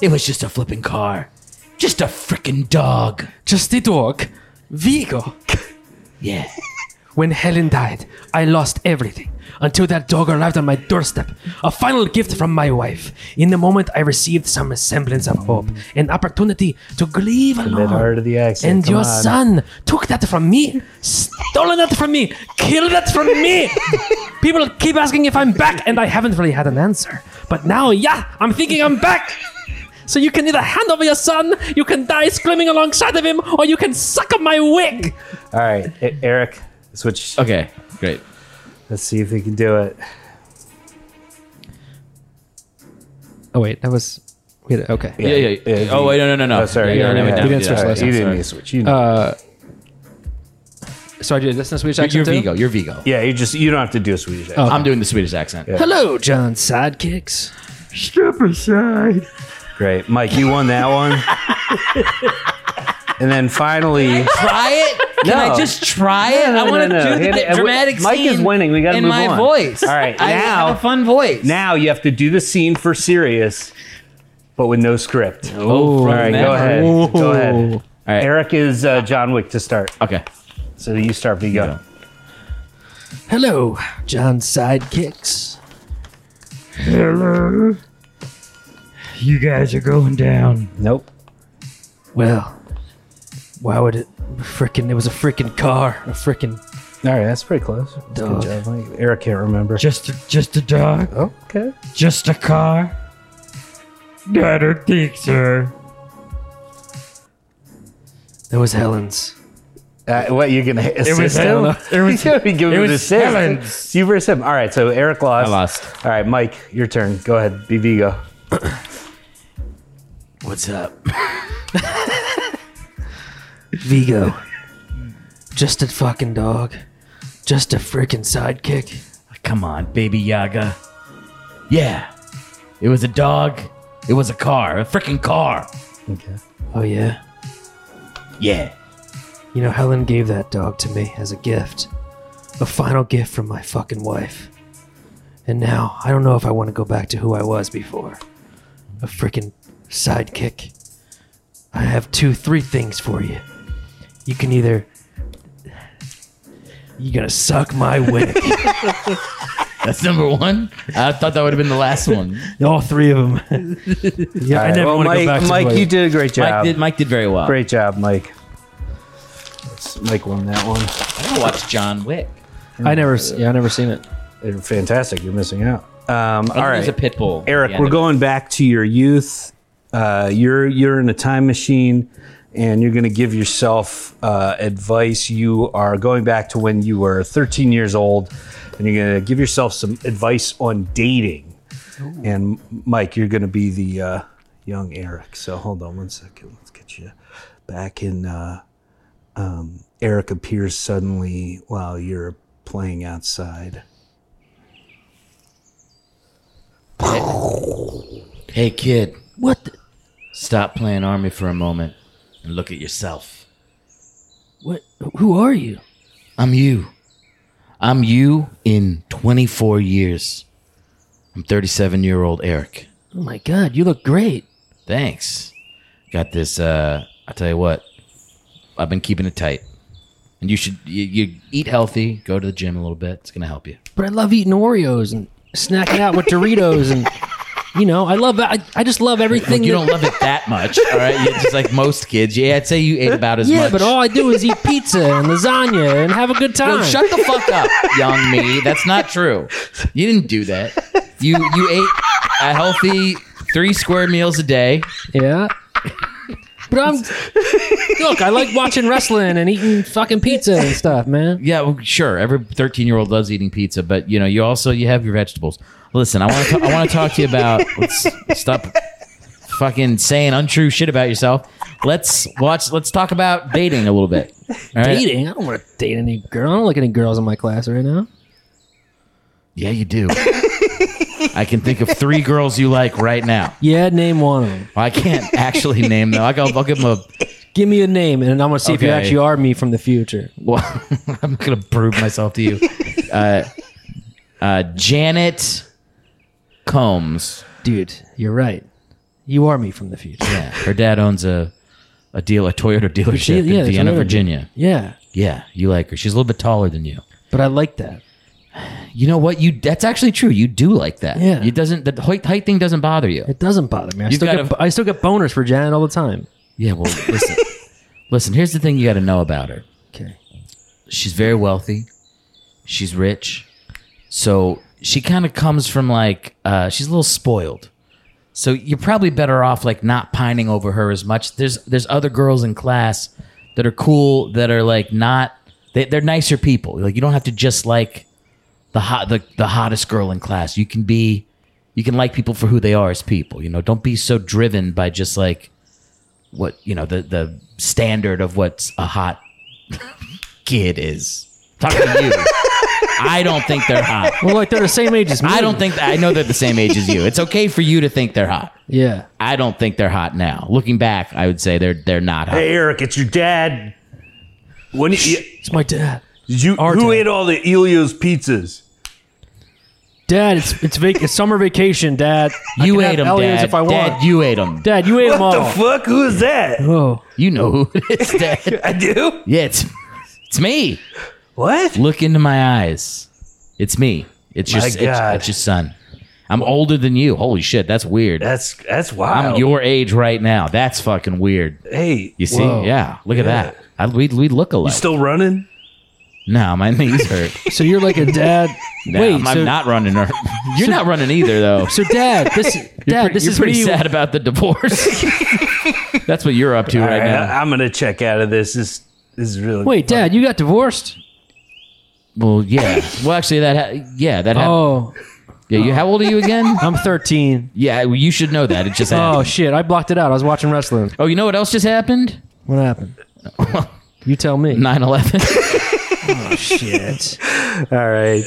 S10: It was just a flipping car. Just a frickin' dog.
S2: Just a dog. Vigo.
S10: Yeah.
S2: When Helen died, I lost everything until that dog arrived on my doorstep. A final gift from my wife. In the moment, I received some semblance of hope, an opportunity to grieve
S1: Bit
S3: Uh-huh.
S1: hard
S2: alone.
S1: of the accent.
S2: And
S1: come
S2: your
S1: on.
S2: son took that from me, stolen that from me, killed that from me. People keep asking if I'm back, and I haven't really had an answer. But now, yeah, I'm thinking I'm back. So you can either hand over your son, you can die screaming alongside of him, or you can suck up my wig.
S1: All right, E- Eric. Switch.
S3: Okay. Great.
S1: Let's see if we can do it.
S2: Oh wait, that was wait. Okay.
S3: Yeah. Yeah. yeah.
S1: Yeah,
S3: oh
S1: you-
S3: wait. No. No. No. No.
S1: Oh, sorry.
S3: Yeah,
S1: Yeah,
S3: no, we
S1: yeah.
S3: don't
S1: You
S3: do
S1: didn't
S3: that.
S1: switch
S3: Sorry.
S1: last You didn't need to switch. You know.
S2: Uh, so I did this in Swedish
S3: You're
S2: accent too?
S3: Vigo. You're Vigo.
S1: yeah, you just you don't have to do a Swedish accent.
S3: I'm doing the Swedish accent.
S2: Hello, John Sidekicks.
S9: Step aside.
S1: Great, Mike. You won that one. and then finally,
S3: Try it. Can
S1: No.
S3: I just try it? I
S1: no,
S3: want to
S1: no, no.
S3: do
S1: Hit
S3: the
S1: it.
S3: dramatic
S1: Mike
S3: scene
S1: is winning. We gotta
S3: in
S1: move
S3: my
S1: on.
S3: voice.
S1: All right,
S3: I
S1: now-
S3: have a fun voice.
S1: now you have to do the scene for serious, but with no script.
S3: oh,
S1: All right, go ahead. Go ahead.
S3: All right.
S1: Eric is uh, John Wick to start.
S3: Okay.
S1: So you start, Vigo.
S3: Yeah.
S2: Hello, John Sidekicks.
S9: Hello. You guys are going down.
S1: Nope.
S2: Well, why would it? Frickin', it was a frickin' car, a frickin'
S1: All right, that's pretty close. That's
S2: Dog.
S1: Good job, Mike. Eric can't remember.
S9: Just a, just a dog.
S1: Okay.
S9: Just a car. I don't think so.
S2: That was Helen's.
S1: Uh, what you gonna assist
S9: was
S1: him?
S9: Helen- it was-
S1: you already give
S9: it
S1: him
S9: was
S1: an assist.
S9: Helen's.
S1: You versus him. All right, so Eric lost.
S3: I lost.
S1: All right, Mike, your turn. Go ahead. Be Vigo.
S2: What's up? Vigo. Just a fucking dog. Just a frickin' sidekick.
S11: Come on, baby Yaga. Yeah, it was a dog. It was a car, a freaking car.
S2: Oh, yeah.
S11: Yeah.
S2: You know, Helen gave that dog to me as a gift. A final gift from my fucking wife. And now, I don't know if I want to go back to who I was before. A freaking sidekick. I have two, three things for you. You can either. You're gonna suck my wick.
S3: That's number one. I thought that would have been the last one.
S2: All three of them. yeah, I never
S1: well,
S2: want to
S1: Mike,
S2: go back to
S1: Mike,
S2: Mike,
S1: you did a great
S3: Mike
S1: job.
S3: did. Mike did very well.
S1: Great job, Mike. Let's- Mike won that one.
S3: I'm gonna watch John Wick.
S2: I never, s- yeah, I never seen it.
S1: They're fantastic. You're missing out. Um, all
S3: There's
S1: right,
S3: a pit bull. at the
S1: Eric,
S3: end
S1: we're
S3: of it.
S1: going back to your youth. Uh, you're you're in a time machine, and you're going to give yourself uh, advice. You are going back to when you were 13 years old, and you're going to give yourself some advice on dating. And Mike, you're going to be the uh, young Eric. So hold on one second. Let's get you back in. Uh, um, Eric appears suddenly while you're playing outside.
S3: Hey, kid,
S12: What? The,
S3: stop playing army for a moment and look at yourself.
S12: what? Who are you?
S3: I'm you. I'm you in 24 years. I'm 37 year old Eric.
S12: Oh my God, you look great.
S3: Thanks. Got this. Uh, I tell you what, I've been keeping it tight. And you should you, you eat healthy, go to the gym a little bit. It's gonna help you.
S2: But I love eating Oreos and snacking out with Doritos and you know, I love I, I just love everything
S3: You
S2: that-
S3: don't love it that much, all right? You're just like most kids. Yeah, I'd say you ate about as
S2: Yeah,
S3: much.
S2: but all I do is eat pizza and lasagna and have a good time.
S3: No, Oh, shut the fuck up, young me. That's not true. You didn't do that. You you ate a healthy three square meals a day.
S2: yeah. But I'm look, I like watching wrestling and eating fucking pizza and stuff, man.
S3: Yeah, well, sure. Every thirteen year old loves eating pizza, but you know you also you have your vegetables. Listen, I want to I want to talk to you about. Let's stop fucking saying untrue shit about yourself. Let's watch. Let's talk about dating a little bit. All right?
S2: Dating? I don't want to date any girl. I don't like any girls in my class right now.
S3: Yeah, you do. I can think of three girls you like right now.
S2: Yeah, name one of them.
S3: Well, I can't actually name them. I go, I'll give them a
S2: Give me a name, and I'm gonna see if you
S3: Okay.
S2: actually are me from the future.
S3: Well, I'm not gonna prove myself to you. Uh, uh, Janet Combs.
S2: Dude, you're right. You are me from the future.
S3: Yeah, her dad owns a a deal, a Toyota dealership
S2: yeah,
S3: in
S2: it's
S3: Vienna,
S2: Toyota.
S3: Virginia.
S2: Yeah,
S3: Yeah, you like her. She's a little bit taller than you.
S2: but I like that.
S3: You know what? You that's actually true. You do like that.
S2: Yeah.
S3: it doesn't. The height, height thing doesn't bother you.
S2: It doesn't bother me. I
S3: You've
S2: still,
S3: got
S2: get,
S3: a-
S2: I still get boners for Janet all the time.
S3: Yeah. Well, listen. listen. Here's the thing you got to know about her.
S2: Okay.
S3: she's very wealthy. She's rich. So she kind of comes from like uh, she's a little spoiled. So you're probably better off like not pining over her as much. There's there's other girls in class that are cool that are like not they, they're nicer people. Like you don't have to just like the hot the, the hottest girl in class. You can be you can like people for who they are as people. You know, don't be so driven by just like what you know the the standard of what's a hot kid is. Talk to you. I don't think they're hot.
S2: Well, like they're the same age as me.
S3: I don't think I know they're the same age as you. It's okay for you to think they're hot.
S2: Yeah.
S3: I don't think they're hot now. Looking back, I would say they're they're not hot.
S1: Hey, Eric, it's your dad. When you,
S2: It's my dad.
S1: you who ate all the Elio's pizzas?
S2: Dad, it's it's, vac- it's summer vacation, Dad. I
S3: You
S2: can
S3: ate
S2: have
S3: them,
S2: Elliot's
S3: Dad.
S2: if I want.
S3: Dad, you ate them.
S2: Dad, you ate them all.
S1: What the fuck? Who is that?
S2: oh,
S3: You know who it is, Dad.
S1: I do.
S3: Yeah, it's it's me.
S1: What?
S3: Look into my eyes. It's me. It's your
S1: My
S3: it's,
S1: God.
S3: it's your son. I'm older than you. Holy shit, that's weird.
S1: That's that's
S3: I'm
S1: wild.
S3: your age right now. That's fucking weird.
S1: hey,
S3: You see?
S2: Whoa.
S3: Yeah. Look
S1: Yeah.
S3: at that. I, we we look alike.
S1: you still running?
S3: no, my knees hurt.
S2: so you're like a dad.
S3: No,
S2: Wait,
S3: I'm
S2: so,
S3: not running her. You're not running either, though.
S2: so Dad, this Dad,
S3: You're
S2: this is
S3: pretty
S2: me-
S3: sad about the divorce. That's what you're up to
S1: All
S3: right
S1: right,
S3: now.
S1: I, am gonna check out of this. This this is really
S2: Wait, Dad, you got divorced?
S3: well, yeah. Well, actually, that ha- yeah, that happened.
S2: Oh,
S3: Yeah, you, how old are you again?
S2: I'm 13.
S3: Yeah, well, you should know that. It just
S2: Oh
S3: happened.
S2: shit, I blocked it out. I was watching wrestling.
S3: Oh, you know what else just happened?
S2: What happened? You tell me.
S3: 9/11.
S2: Shit.
S1: All right.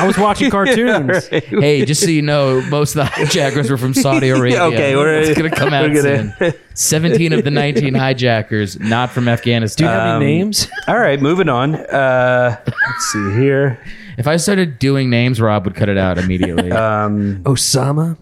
S2: I was watching cartoons.
S3: hey, just so you know, most of the hijackers were from Saudi Arabia.
S1: Okay, we're-
S3: it's gonna come out
S1: we're gonna-
S3: soon. 17 of the 19 hijackers not from Afghanistan.
S2: Do you have any names?
S1: All right. Moving on. Uh, let's see here.
S3: Uh, if I started doing names, Rob would cut it out immediately.
S2: Osama.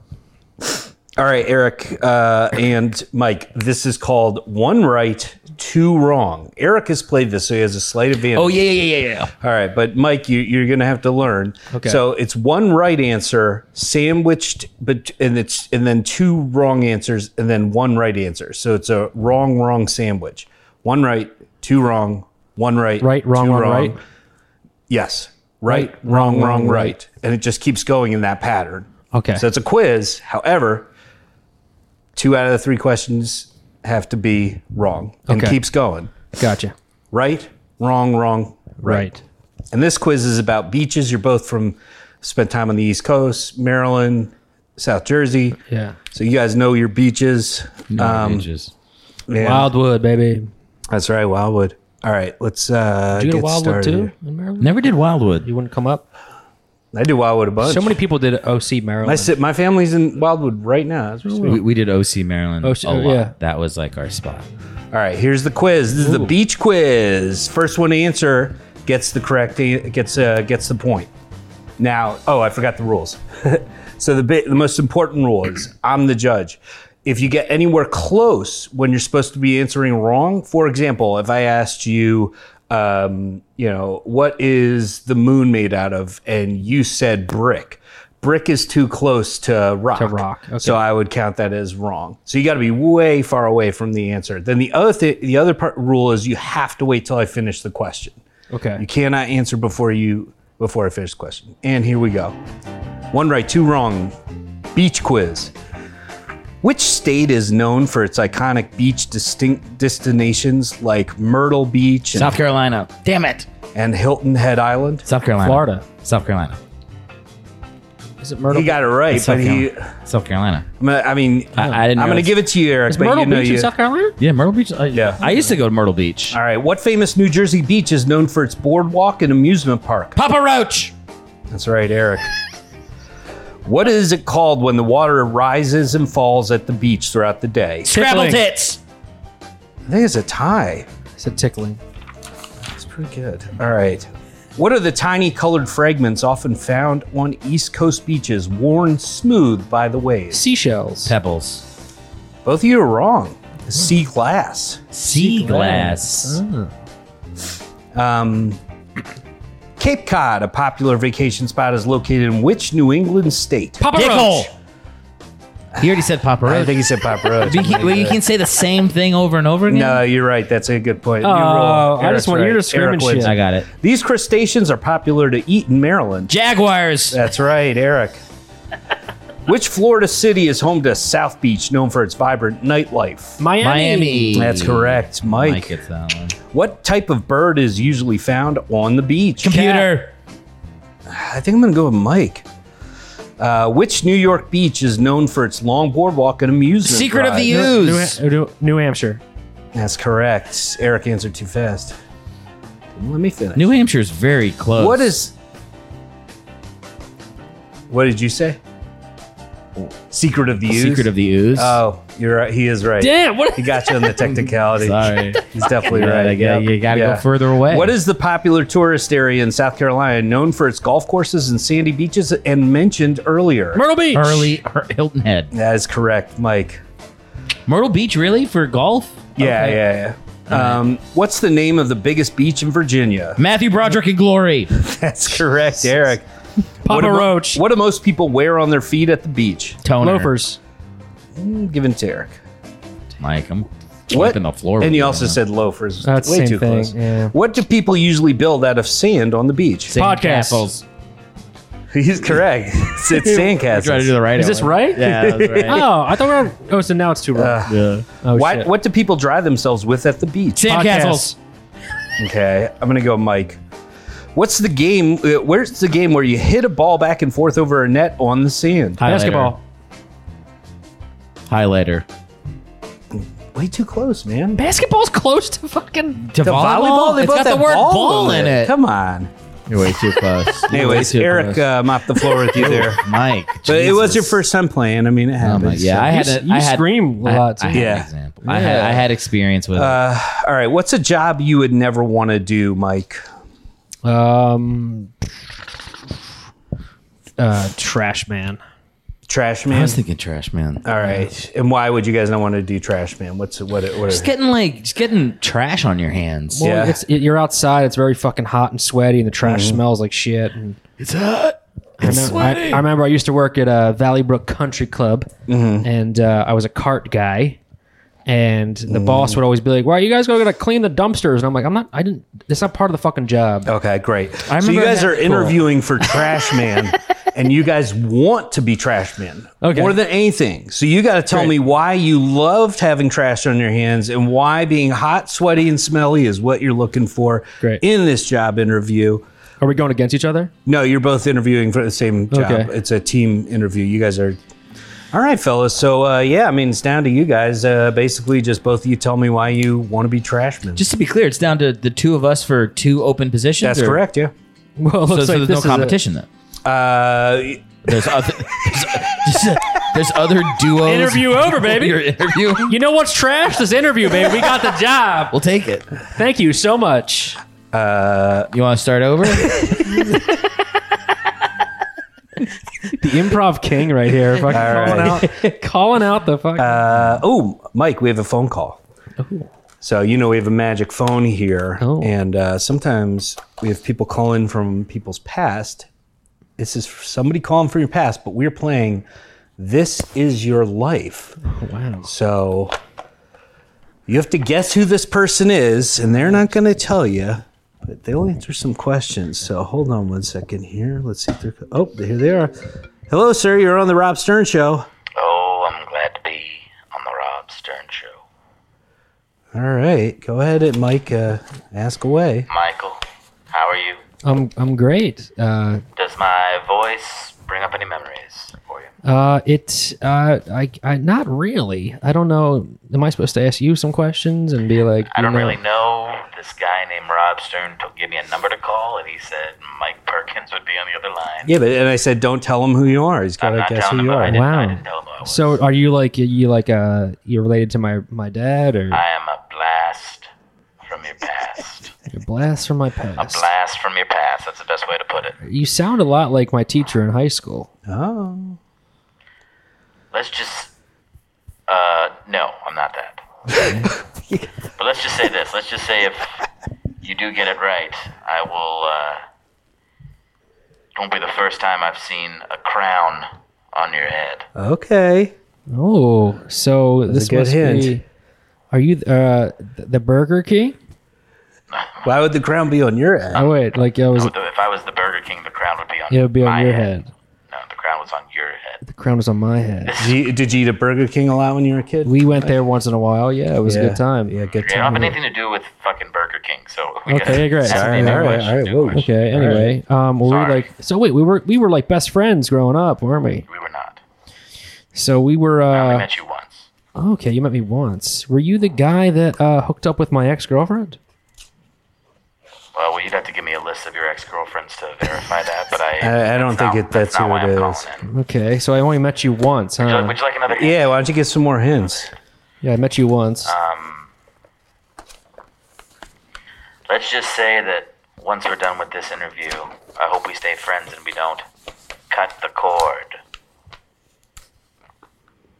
S1: All right, Eric uh, and Mike. This is called one right, two wrong. Eric has played this, so he has a slight advantage.
S3: oh yeah, yeah, yeah, yeah.
S1: All right, but Mike, you, you're going to have to learn. Okay. So it's one right answer sandwiched, but and it's and then two wrong answers, and then one right answer. So it's a wrong, wrong sandwich. One right, two wrong, one right,
S2: Right, wrong,
S1: two
S2: wrong, right.
S1: Yes, right, wrong, wrong, right. and it just keeps going in that pattern.
S2: Okay.
S1: So it's a quiz. However, two out of the three questions have to be wrong, and
S2: Okay.
S1: keeps going.
S2: Gotcha.
S1: Right, wrong, wrong,
S2: Right.
S1: and this quiz is about beaches. You're both from, spent time on the East Coast, Maryland, South Jersey.
S2: Yeah.
S1: So you guys know your beaches. Um,
S3: Just-
S1: yeah.
S2: Wildwood, baby.
S1: That's right, Wildwood. All right, let's uh,
S2: You
S1: get
S2: go to Wildwood
S1: started.
S2: too
S1: here.
S2: in Maryland?
S3: Never did Wildwood.
S2: You wouldn't come up?
S1: I do Wildwood a bunch.
S2: So many people did OC
S1: My,
S2: Maryland.
S1: si- my family's in Wildwood right now. as we speak.
S3: We, we did OC Maryland
S2: OC
S3: a lot.
S2: yeah.
S3: That was like our spot.
S1: All right, here's the quiz. This is the beach quiz. First one to answer gets the correct a- gets uh, gets the point. Now, oh, I forgot the rules. so the bit, the most important rule is I'm the judge. If you get anywhere close when you're supposed to be answering wrong, for example, if I asked you, um, you know, what is the moon made out of, and you said brick. Brick is too close to rock. To
S2: rock, okay.
S1: So I would count that as wrong. So you got to be way far away from the answer. Then the other thi- the other part rule is you have to wait till I finish the question. You
S2: okay.
S1: cannot answer before you before I finish the question. And here we go. One right, two wrong. Beach quiz. Which state is known for its iconic beach distinct destinations like Myrtle Beach and,
S3: South Carolina. Damn it.
S1: and Hilton Head Island?
S3: South Carolina.
S2: Florida.
S3: South Carolina.
S2: Is it Myrtle?
S1: He got it right,
S3: South
S1: but he.
S3: Carolina. South Carolina.
S1: I mean,
S3: I- I didn't
S1: am
S3: know
S1: going to
S3: it's-
S1: give it to you, Eric.
S2: Is
S1: but
S2: Myrtle
S1: you know
S2: Beach
S1: you,
S2: in South Carolina?
S3: Yeah, Myrtle Beach. I,
S1: Yeah.
S3: I used to go to Myrtle Beach.
S1: All right. What famous New Jersey beach is known for its boardwalk and amusement park?
S3: Papa Roach.
S1: That's right, Eric. what is it called when the water rises and falls at the beach throughout the day?
S3: Scrabble
S2: Tickling.
S3: tits.
S1: I think it's a tie.
S2: Is it tickling?
S1: That's pretty good. All right. What are the tiny colored fragments often found on East Coast beaches, worn smooth by the waves?
S2: Seashells.
S3: Pebbles.
S1: Both of you are wrong. Sea glass.
S3: Sea glass.
S1: Um, Cape Cod, a popular vacation spot, is located in which New England state?
S2: Papa
S3: Pickle.
S2: Roach.
S3: He already said Papa
S1: I
S3: Roach.
S1: think he said Papa Roach.
S3: You can, well, you can say the same thing over and over again.
S1: No, you're right. That's a good point. You roll.
S2: Oh, I
S1: Eric's
S2: just want- you're just
S1: Eric
S2: screaming
S1: wins.
S2: shit.
S3: I got it.
S1: These crustaceans are popular to eat in Maryland.
S3: Jaguars.
S1: That's right, Eric. Which Florida city is home to South Beach, known for its vibrant nightlife?
S2: Miami.
S3: Miami.
S1: That's correct,
S3: Mike
S1: Mike.
S3: gets that one.
S1: What type of bird is usually found on the beach?
S3: Computer.
S1: I think I'm going to go with Mike. Uh, which New York beach is known for its long boardwalk and amusement?
S3: Secret of the
S1: drive?
S2: New,
S3: Ooze.
S2: New- New Hampshire.
S1: That's correct. Eric answered too fast. Let me finish.
S3: New Hampshire's very close.
S1: What is? What did you say? Secret of the Ooze?
S3: Secret of the Ooze?
S1: Oh, you're right. He is right.
S2: Damn, what?
S1: He got you on the technicality.
S3: Sorry.
S1: He's definitely
S3: Yeah,
S1: right.
S3: you gotta-
S1: Yep.
S3: you gotta go
S1: Yeah.
S3: further away.
S1: What is the popular tourist area in South Carolina known for its golf courses and sandy beaches and mentioned earlier?
S2: Myrtle Beach.
S3: Early or Hilton Head.
S1: that is correct, Mike.
S3: Myrtle Beach, really? For golf?
S1: Yeah, yeah, yeah. Um, what's the name of the biggest beach in Virginia?
S3: Matthew Broderick and Glory.
S1: That's correct, Eric. What
S2: Papa
S1: do mo-
S2: Roach.
S1: What do most people wear on their feet at the beach?
S3: Toner.
S2: Loafers.
S1: Mm, Give it to Eric.
S3: Mike, I'm
S1: What?
S3: flipping the floor. with
S1: And you
S3: you
S1: also
S3: now.
S1: said loafers.
S2: That's
S1: Way
S2: same
S1: too
S2: thing,
S1: close.
S2: yeah.
S1: What do people usually build out of sand on the beach?
S2: Podcasts.
S3: Sandcastles.
S1: He's correct. it's, it's
S3: I tried to do
S1: sandcastles.
S3: the right
S2: Is this
S3: one.
S2: right?
S3: Yeah, that was right.
S2: Oh, I thought we were. Oh, so now it's too wrong. oh,
S1: Why,
S2: shit.
S1: what do people dry themselves with at the beach?
S3: Sandcastles.
S1: Okay, I'm gonna go, Mike. What's the game? uh, Where's the game where you hit a ball back and forth over a net on the sand?
S3: Highlighter.
S2: Basketball.
S3: Highlighter.
S1: Way too close, man.
S2: Basketball's close to fucking.
S3: To
S1: The volleyball, they
S3: It's
S1: both
S3: got the
S1: have
S3: word
S1: ball,
S3: ball in it.
S1: Come on.
S3: You're way too close.
S1: Anyways, Eric uh, mopped the floor with you there,
S3: Mike.
S1: but it was
S3: Jesus.
S1: your first time playing. I mean, it
S3: Oh my,
S1: happens.
S3: yeah, I had.
S2: s-
S3: a-
S2: you
S3: I had,
S2: scream a
S3: I-
S2: lot,
S3: I
S2: too.
S3: had an
S1: Yeah.
S3: example. I had. I had experience with. it.
S1: All right, what's a job you would never want to do, Mike?
S2: Um. Uh, trash man.
S1: Trash
S3: I
S1: man.
S3: was thinking trash man.
S1: Um, All right, and why would you guys not want to do trash man? What's what? What? what
S3: Just getting like just getting trash on your hands.
S2: Well,
S1: Yeah.
S2: it's, it, you're outside. It's very fucking hot and sweaty, and the trash
S3: Mm-hmm.
S2: smells like shit. And
S3: It's hot.
S2: I, remember, I, I remember I used to work at uh, Valley Brook Country Club,
S3: Mm-hmm.
S2: and uh, I was a cart guy. And
S3: Mm.
S2: the boss would always be like, "Why you guys going to clean the dumpsters?" And I'm like, "I'm not. I didn't. It's not part of the fucking
S3: Oh.
S2: job."
S1: Okay, great. so you
S2: remember
S1: guys
S2: that-
S1: are interviewing for Trash Man, and you guys want to be Trash Man
S2: Okay.
S1: more than anything. So you got to tell me why you loved having trash on your hands and why being hot, sweaty, and smelly is what you're looking for
S2: Great.
S1: in this job interview.
S2: Are we going against each other?
S1: No, you're both interviewing for the same job.
S2: Okay.
S1: It's a team interview. You guys are. All right, fellas. So uh, yeah, I mean, it's down to you guys. Uh, basically, just both of you tell me why you want to be trash men.
S3: Just to be clear, it's down to the two of us for two open positions.
S1: That's
S3: or-
S1: correct. Yeah.
S2: Well, it
S3: So,
S2: looks
S3: so
S2: like
S3: there's
S2: this
S3: no
S2: is a-
S3: competition then.
S4: Uh,
S7: There's other there's, there's other duos.
S2: Interview over, baby.
S7: Your interview.
S2: You know what's trash? This interview, baby. We got the job.
S7: We'll take it.
S2: Thank you so much.
S7: You want to start over?
S2: The improv king right here. Fucking calling out calling out the fuck.
S1: Uh, oh, Mike, we have a phone call. So you know we have a magic phone here,
S2: Oh.
S1: and uh, sometimes we have people calling from people's past. This is somebody calling from your past, but we're playing. This is your life.
S2: Oh, wow.
S1: So you have to guess who this person is, and they're not going to tell you, but they'll answer some questions. So hold on one second here. Let's see if they're. Oh, here they are. Hello, sir. You're on the Rob Stern Show.
S13: Oh, I'm glad to be on the Rob Stern Show.
S1: All right, go ahead, and Mike. Uh, ask away.
S13: Michael, how are you?
S2: I'm I'm great. Uh,
S13: Does my voice bring up any memories for you?
S2: uh, it's uh, I, I not really. I don't know. Am I supposed to ask you some questions and be like?
S13: I
S2: you
S13: don't
S2: know-
S13: really know. This guy named Rob Stern to- gave me a number to call, and he said Mike Perkins would be on the other line.
S1: Yeah, but and I said, don't tell him who you are. He's got
S13: I'm
S1: to
S13: not
S1: guess
S13: telling
S1: who
S13: him.
S1: you
S13: I
S1: are.
S13: didn't, I
S2: Wow.
S13: didn't tell him. who I was.
S2: So are you like you like uh you're related to my my dad or
S13: I am a blast from your past.
S2: you're blast from my
S13: a
S2: past?
S13: blast from your past. That's the best way to put it.
S2: You sound a lot like my teacher in high school.
S1: Oh,
S13: Let's just. Uh, no, I'm not that. but let's just say this. Let's just say if you do get it right, I will. Uh, it won't be the first time I've seen a crown on your head.
S1: okay.
S2: Oh, so this
S1: a good
S2: must
S1: hint.
S2: be. Are you uh th- the Burger King?
S1: Why would the crown be on your head?
S2: Oh wait, like yeah, it was
S13: So the- if I was the Burger King, the crown would be on.
S2: it would be
S13: my
S2: on your head.
S13: No, the crown was on your head.
S2: The crown was on my head.
S1: Did you, did you eat a Burger King a lot when you were a kid?
S2: We went there once in a while. Yeah, it was a
S1: Yeah.
S2: good time.
S1: Yeah, good
S13: It don't have
S1: time.
S13: anything to do with fucking Burger King, so we
S2: Okay,
S13: gotta-
S2: great.
S13: that's
S2: Sorry,
S13: the
S1: all right,
S13: question,
S1: all right,
S13: the
S1: whoa.
S13: question.
S2: Okay. Anyway, um, well, we were
S13: Sorry.
S2: like so. Wait, we were we were like best friends growing up, weren't we?
S13: We were not.
S2: So we were.
S13: I only
S2: Uh,
S13: met you once.
S2: okay, you met me once. Were you the guy that uh, hooked up with my ex girlfriend?
S13: Well, well, you'd have to give me a list of your ex-girlfriends to verify that, but I.
S1: I- I don't
S13: that's
S1: think
S13: not-
S1: it- that's
S13: not
S1: who
S13: why
S1: it
S13: I'm
S1: is.
S13: calling in.
S2: Okay, so I only met you once,
S13: Would you like-
S2: huh?
S13: Would you like another? hint?
S1: Yeah, why don't you get some more hints?
S2: Yeah, I met you once.
S13: Let's just say that once we're done with this interview, I hope we stay friends and we don't cut the cord.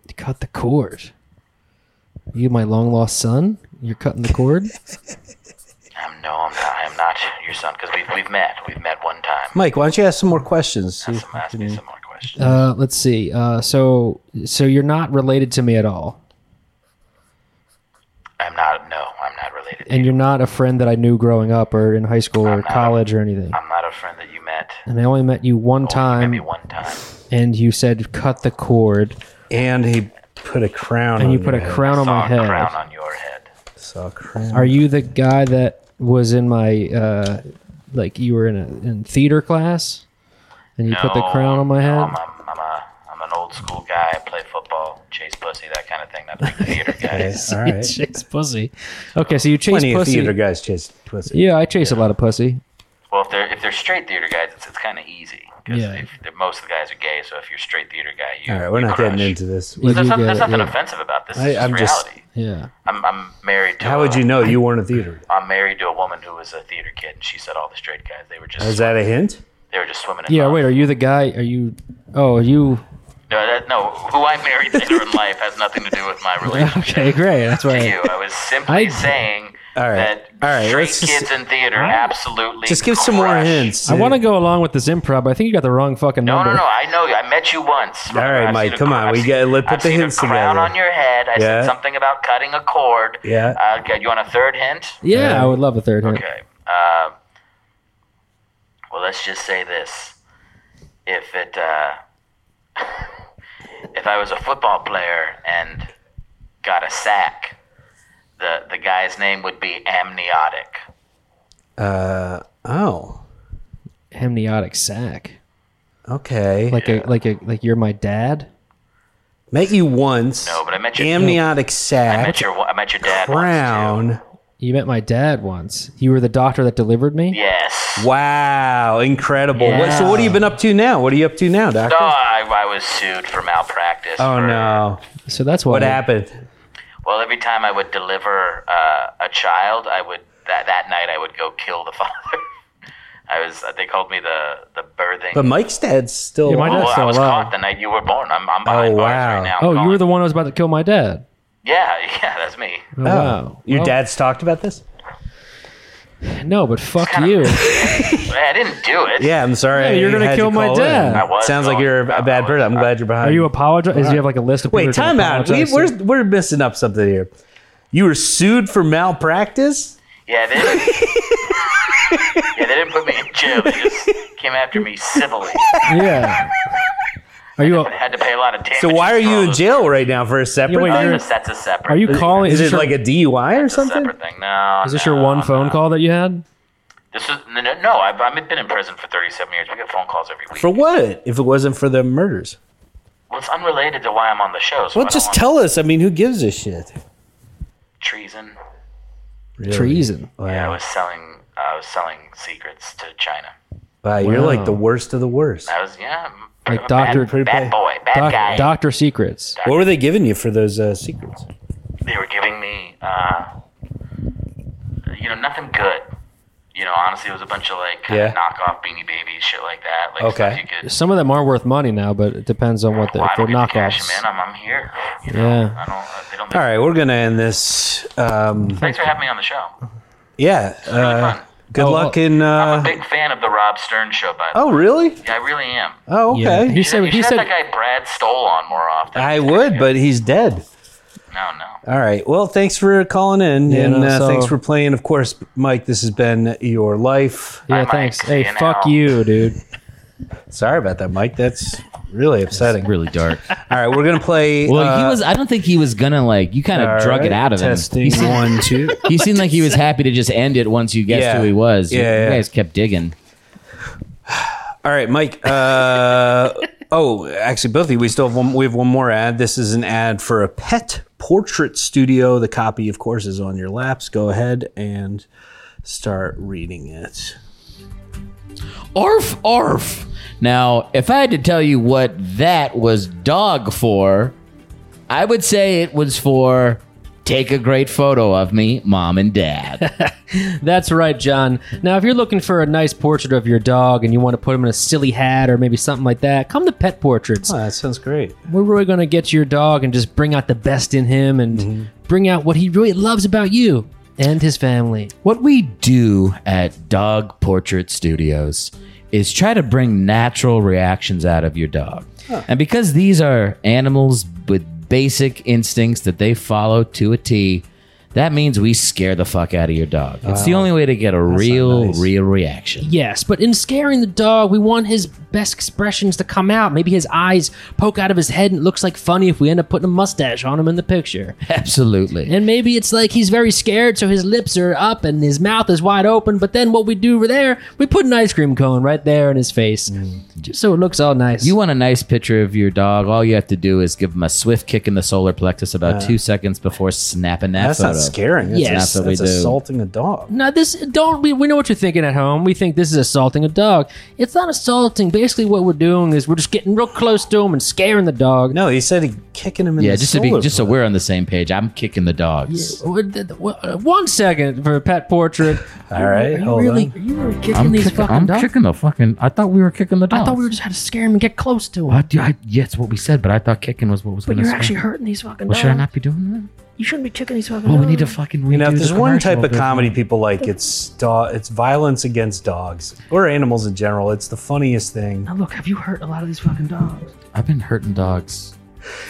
S2: You cut the cord. You, my long lost son. You're cutting the cord.
S13: Um, no, I'm not. I'm not your son because we've we've met. We've met one time.
S1: Mike, why don't you ask some more questions? See-
S13: Some ask me some more questions.
S2: Uh, let's see. Uh, so so you're not related to me at all,
S13: I'm not. No, I'm not related.
S2: and you're not a friend that I knew growing up or in high school or college or anything.
S13: I'm not a friend that you met.
S2: and I only met you one
S13: Maybe
S2: time,
S13: one time.
S2: and you said cut the cord,
S1: And he put a crown.
S2: and
S1: on
S2: you put
S1: your
S2: a
S1: head.
S2: crown on
S13: Saw
S2: my
S13: Oh, a
S2: head.
S13: crown on your head.
S1: Saw a crown.
S2: Are you the guy that was in my uh, like you were in a in theater class, and you put the
S13: No,
S2: crown on my
S13: no,
S2: head?
S13: I'm, I'm, I'm a I'm an old school guy. I play football, chase pussy, that kind of thing. Not a big theater guy.
S1: All right.
S2: chase pussy. Okay, so you chase
S1: Plenty of
S2: pussy.
S1: theater guys chase pussy.
S2: Yeah, I chase a lot of pussy.
S13: Well, if they're if they're straight theater guys, it's, it's kind of easy because
S2: Yeah.
S13: most of the guys are gay. So if you're a straight theater guy, you
S1: All right, we're
S13: you
S1: not
S13: crush.
S1: getting into this.
S2: You
S13: There's,
S2: do
S13: nothing,
S2: get
S13: there's
S2: it,
S13: nothing
S2: yeah.
S13: offensive about this.
S1: I-
S13: It's just
S1: I'm just-
S13: reality.
S2: Yeah.
S13: I'm, I'm married to.
S1: How would
S13: a-
S1: you know you weren't a theater?
S13: I'm married to a woman who was a theater kid, and she said all the straight guys they were just
S1: Is that a hint?
S13: they were just swimming. In
S2: Yeah,
S13: love.
S2: wait, are you the guy? Are you. Oh, are you.
S13: No, that, no. Who I married later in life has nothing to do with my relationship.
S2: Okay, great. That's
S13: to
S2: right.
S13: you. I was simply
S2: I-
S13: saying
S1: All right.
S13: that
S1: All right,
S13: straight
S1: let's just-
S13: kids in theater absolutely
S1: Just give some more
S13: crush.
S1: hints.
S2: I want to go along with this improv, but I think you got the wrong fucking
S13: No,
S2: number.
S13: no, no. I know. you. I met you once. All
S1: right, Mike, come on, we get- let's put
S13: I've
S1: the
S13: seen
S1: hints
S13: a crown
S1: together.
S13: on your head. I
S1: Yeah.
S13: said something about cutting a cord.
S1: Yeah.
S13: Uh, okay, you want a third hint?
S2: Yeah, I would love a third hint.
S13: Okay. Uh, well, let's just say this: if it, uh, if I was a football player and got a sack, the the guy's name would be amniotic.
S1: Uh, oh,
S2: Hemniotic sack.
S1: okay.
S2: Like a like a like you're my dad?
S1: Met you once.
S13: No, but I met your
S1: amniotic
S13: I
S1: sac,
S13: met your I met your dad once too.
S1: crown,
S2: You met my dad once. You were the doctor that delivered me.
S13: Yes.
S1: Wow, incredible. What, so, what have you been up to now? What are you up to now, Doctor?
S13: No, I, I was sued for malpractice.
S1: Oh,
S13: for-
S1: no.
S2: So that's why
S1: What happened?
S13: Well, every time I would deliver uh, a child, I would that that night I would go kill the father. I was they called me the the birthing.
S1: But Mike's dad's still.
S2: Yeah, my
S13: well,
S2: dad's
S13: Oh, I
S2: still
S13: was
S2: alive.
S13: caught the night you were born. I'm I'm behind
S1: Oh,
S13: bars
S1: wow.
S13: right now.
S2: Oh,
S13: I'm
S2: you were
S13: gone.
S2: the one who was about to kill my dad.
S13: Yeah, yeah, that's me.
S2: Oh,
S1: Oh,
S2: wow.
S1: Your
S2: Well,
S1: dad's talked about this?
S2: No, but fuck you.
S13: I didn't do it.
S1: Yeah, I'm sorry.
S2: Yeah, you're
S1: I
S2: gonna
S1: had
S2: kill my
S1: call in.
S2: dad. I
S13: was
S1: Sounds like
S13: going-
S1: you're a bad person. I'm glad you're behind.
S2: Are you apologizing? Do you have like a list of?
S1: Wait,
S2: people you're
S1: time
S2: gonna
S1: out. We,
S2: apologize to?
S1: we're, we're missing up something here. You were sued for malpractice?
S13: Yeah, they didn't. yeah, they didn't put me in jail. They just came after me civilly.
S2: yeah. Are you
S13: I
S2: a,
S13: had to pay a lot of damages.
S1: So why are
S13: for all
S1: you in
S13: those-
S1: jail right now for a separate
S2: wait,
S13: Uh,
S1: thing?
S2: you're-
S13: that's- that's a separate.
S2: are you calling?
S1: Is
S2: this
S1: it
S2: your,
S1: like a DUI or
S13: that's a
S1: something?
S13: separate thing? No.
S2: Is this
S13: no,
S2: your one
S13: no.
S2: phone call that you had?
S13: This is no, no, no. I've, I've been in prison for 37 years. We get phone calls every week.
S1: For what? If it wasn't for the murders?
S13: Well, it's unrelated to why I'm on the show. So
S1: Well,
S13: I don't
S1: just
S13: want
S1: tell us. I mean, who gives a shit?
S13: treason.
S2: Treason.
S13: Yeah, I
S1: Wow.
S13: was selling. I was selling secrets to China.
S1: Wow, you're
S2: Wow.
S1: like the worst of the worst.
S13: I was yeah. I'm
S2: Like
S13: a bad-
S2: Dr.
S13: bad, boy, bad guy.
S2: Doctor Secrets.
S1: What were they giving you for those uh, secrets?
S13: they were giving me, uh, you know, nothing good. You know, honestly, it was a bunch of like kind
S1: Yeah.
S13: of knockoff Beanie Babies, shit like that. Like
S1: Okay.
S13: stuff you could.
S2: Some of them are worth money now, but it depends on what they're,
S13: Well, I
S2: if they're
S13: don't get to cash
S2: knockoffs.
S13: 'em in. I'm, I'm here. You know,
S2: Yeah.
S13: I don't. uh, They don't.
S1: All right, we're gonna end this. Um,
S13: Thanks for having me on the show.
S1: yeah. Uh, good luck in.
S13: Oh, I'm a
S1: Uh,
S13: big fan of the Rob Stern show, by the way.
S1: oh, really?
S13: Yeah, I really am.
S1: Oh, okay.
S2: He
S13: You should,
S2: said.
S13: you
S2: He
S13: should
S2: said.
S13: have that guy Brad Stoll on more often.
S1: I would, but he's dead.
S13: no, no.
S1: All right. Well, thanks for calling in,
S2: Yeah,
S1: and
S2: no,
S1: uh,
S2: so-
S1: thanks for playing. Of course, Mike. This has been your life.
S2: Yeah,
S13: Mike.
S2: thanks.
S13: See
S2: Hey,
S13: you
S2: fuck
S13: now.
S2: you, dude.
S1: Sorry about that, Mike. That's really upsetting.
S3: Really dark.
S1: All right, we're gonna play.
S3: Well,
S1: uh,
S3: he was. I don't think he was gonna like. You kind
S1: all
S3: of drug
S1: right,
S3: it out of
S1: testing
S3: him. He seemed,
S1: one two.
S3: he seemed like he was happy to just end it once you guessed
S1: Yeah.
S3: who he was. You-
S1: Yeah,
S3: you
S1: yeah.
S3: guys kept digging.
S1: All right, Mike. Uh, oh, actually, both of you. We still have one. We have one more ad. This is an ad for a pet portrait studio. The copy, of course, is on your laps. Go ahead and start reading it.
S3: Arf, arf. Now, if I had to tell you what that was dog for, I would say it was for take a great photo of me, mom and dad.
S2: That's right, John. Now, if you're looking for a nice portrait of your dog and you want to put him in a silly hat or maybe something like that, come to Pet Portraits.
S1: Oh, that sounds great.
S2: We're really going to get your dog and just bring out the best in him and bring out what he really loves about you and his family.
S3: what we do at Dog Portrait Studios is try to bring natural reactions out of your dog. And because these are animals with basic instincts that they follow to a T, that means we scare the fuck out of your dog. It's the only way to get a real, real reaction.
S2: Yes, but in scaring the dog, we want his best expressions to come out. Maybe his eyes poke out of his head and it looks like funny if we end up putting a mustache on him in the picture.
S3: Absolutely.
S2: And maybe it's like he's very scared, so his lips are up and his mouth is wide open. But then what we do there, we put an ice cream cone right there in his face, just so it looks all nice.
S3: Mm. You want a nice picture of your dog? All you have to do is give him a swift kick in the solar plexus about two seconds before snapping that
S1: That's
S3: photo.
S1: not scaring. That's,
S2: Yes.
S1: that's,
S3: That's what we do.
S1: assaulting a dog.
S2: now this don't we, we know what you're thinking at home. We think this is assaulting a dog. It's not assaulting. Basically, what we're doing is we're just getting real close to him and scaring the dog.
S1: No, he said he kicking him in
S3: Yeah,
S1: the
S3: just to be,
S1: solar
S3: just so
S1: plexus.
S3: we're on the same page. I'm kicking the dogs.
S2: uh, One second for a pet portrait.
S1: All right, hold
S2: really,
S1: on.
S2: you were kicking
S3: I'm,
S2: these
S3: kicking,
S2: fucking
S3: I'm
S2: dogs.
S3: kicking the fucking. I thought we were kicking the dogs.
S2: I thought we were just had to scare him and get close to him.
S3: I, do- I, yeah, it's what we said, but I thought kicking was what was
S2: But
S3: going to.
S2: you're actually hurting these fucking
S3: Well,
S2: dogs.
S3: should I not be doing that?
S2: You shouldn't be kicking these fucking
S3: Well,
S2: dogs.
S3: we need to fucking. Redo
S1: You know, if
S3: the
S1: there's one
S3: commercial,
S1: type of
S3: there's-
S1: comedy people like, it's dog, it's violence against dogs or animals in general. It's the funniest thing.
S2: Now look, have you hurt a lot of these fucking dogs?
S3: I've been hurting dogs.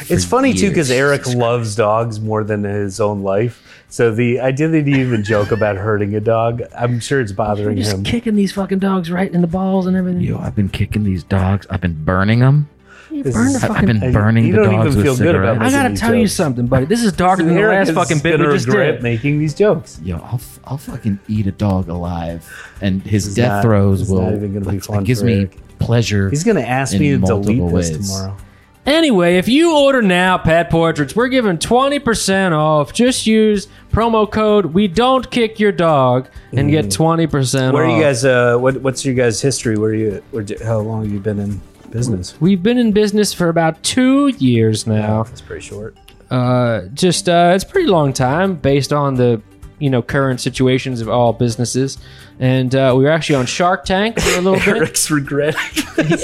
S1: It's funny too because
S3: years.
S1: Eric loves dogs more than his own life. So the idea that he even joke about hurting a dog, I'm sure it's
S2: You're
S1: bothering
S2: just
S1: him.
S2: kicking these fucking dogs right in the balls and everything.
S3: Yo, I've been kicking these dogs. I've been burning them.
S2: You
S1: This
S2: burned
S1: is-
S2: a
S3: I've
S2: fucking.
S3: been burning
S1: you
S3: the
S1: don't even
S3: dogs with
S1: feel good about
S3: cigarettes.
S2: I gotta
S1: These
S2: tell you
S1: jokes.
S2: something, buddy. This is darker than the
S1: Eric
S2: last
S1: is
S2: fucking bit we
S1: gonna
S2: just
S1: regret
S2: did.
S1: making these jokes.
S3: Yo, I'll, f- I'll fucking eat a dog alive, and his death
S1: not-
S3: throes
S1: this is
S3: will.
S1: not even gonna be
S3: like,
S1: fun
S3: it gives
S1: for
S3: me
S1: Eric.
S3: pleasure.
S1: He's gonna ask
S3: In
S1: me to
S3: multiple
S1: delete this
S3: ways.
S1: tomorrow.
S2: Anyway, if you order now, Pet Portraits, we're giving 20% off. Just use promo code We Don't Kick Your Dog and get 20%
S1: Mm. Where
S2: off.
S1: are you guys? Uh, what, what's your guys' history? Where are you? Where, do- how long have you been in business?
S2: We've been in business for about two years now.
S1: That's pretty short.
S2: Uh, just uh, it's a pretty long time based on the you know current situations of all businesses, and uh, we were actually on Shark Tank for a little bit,
S1: Eric's regret.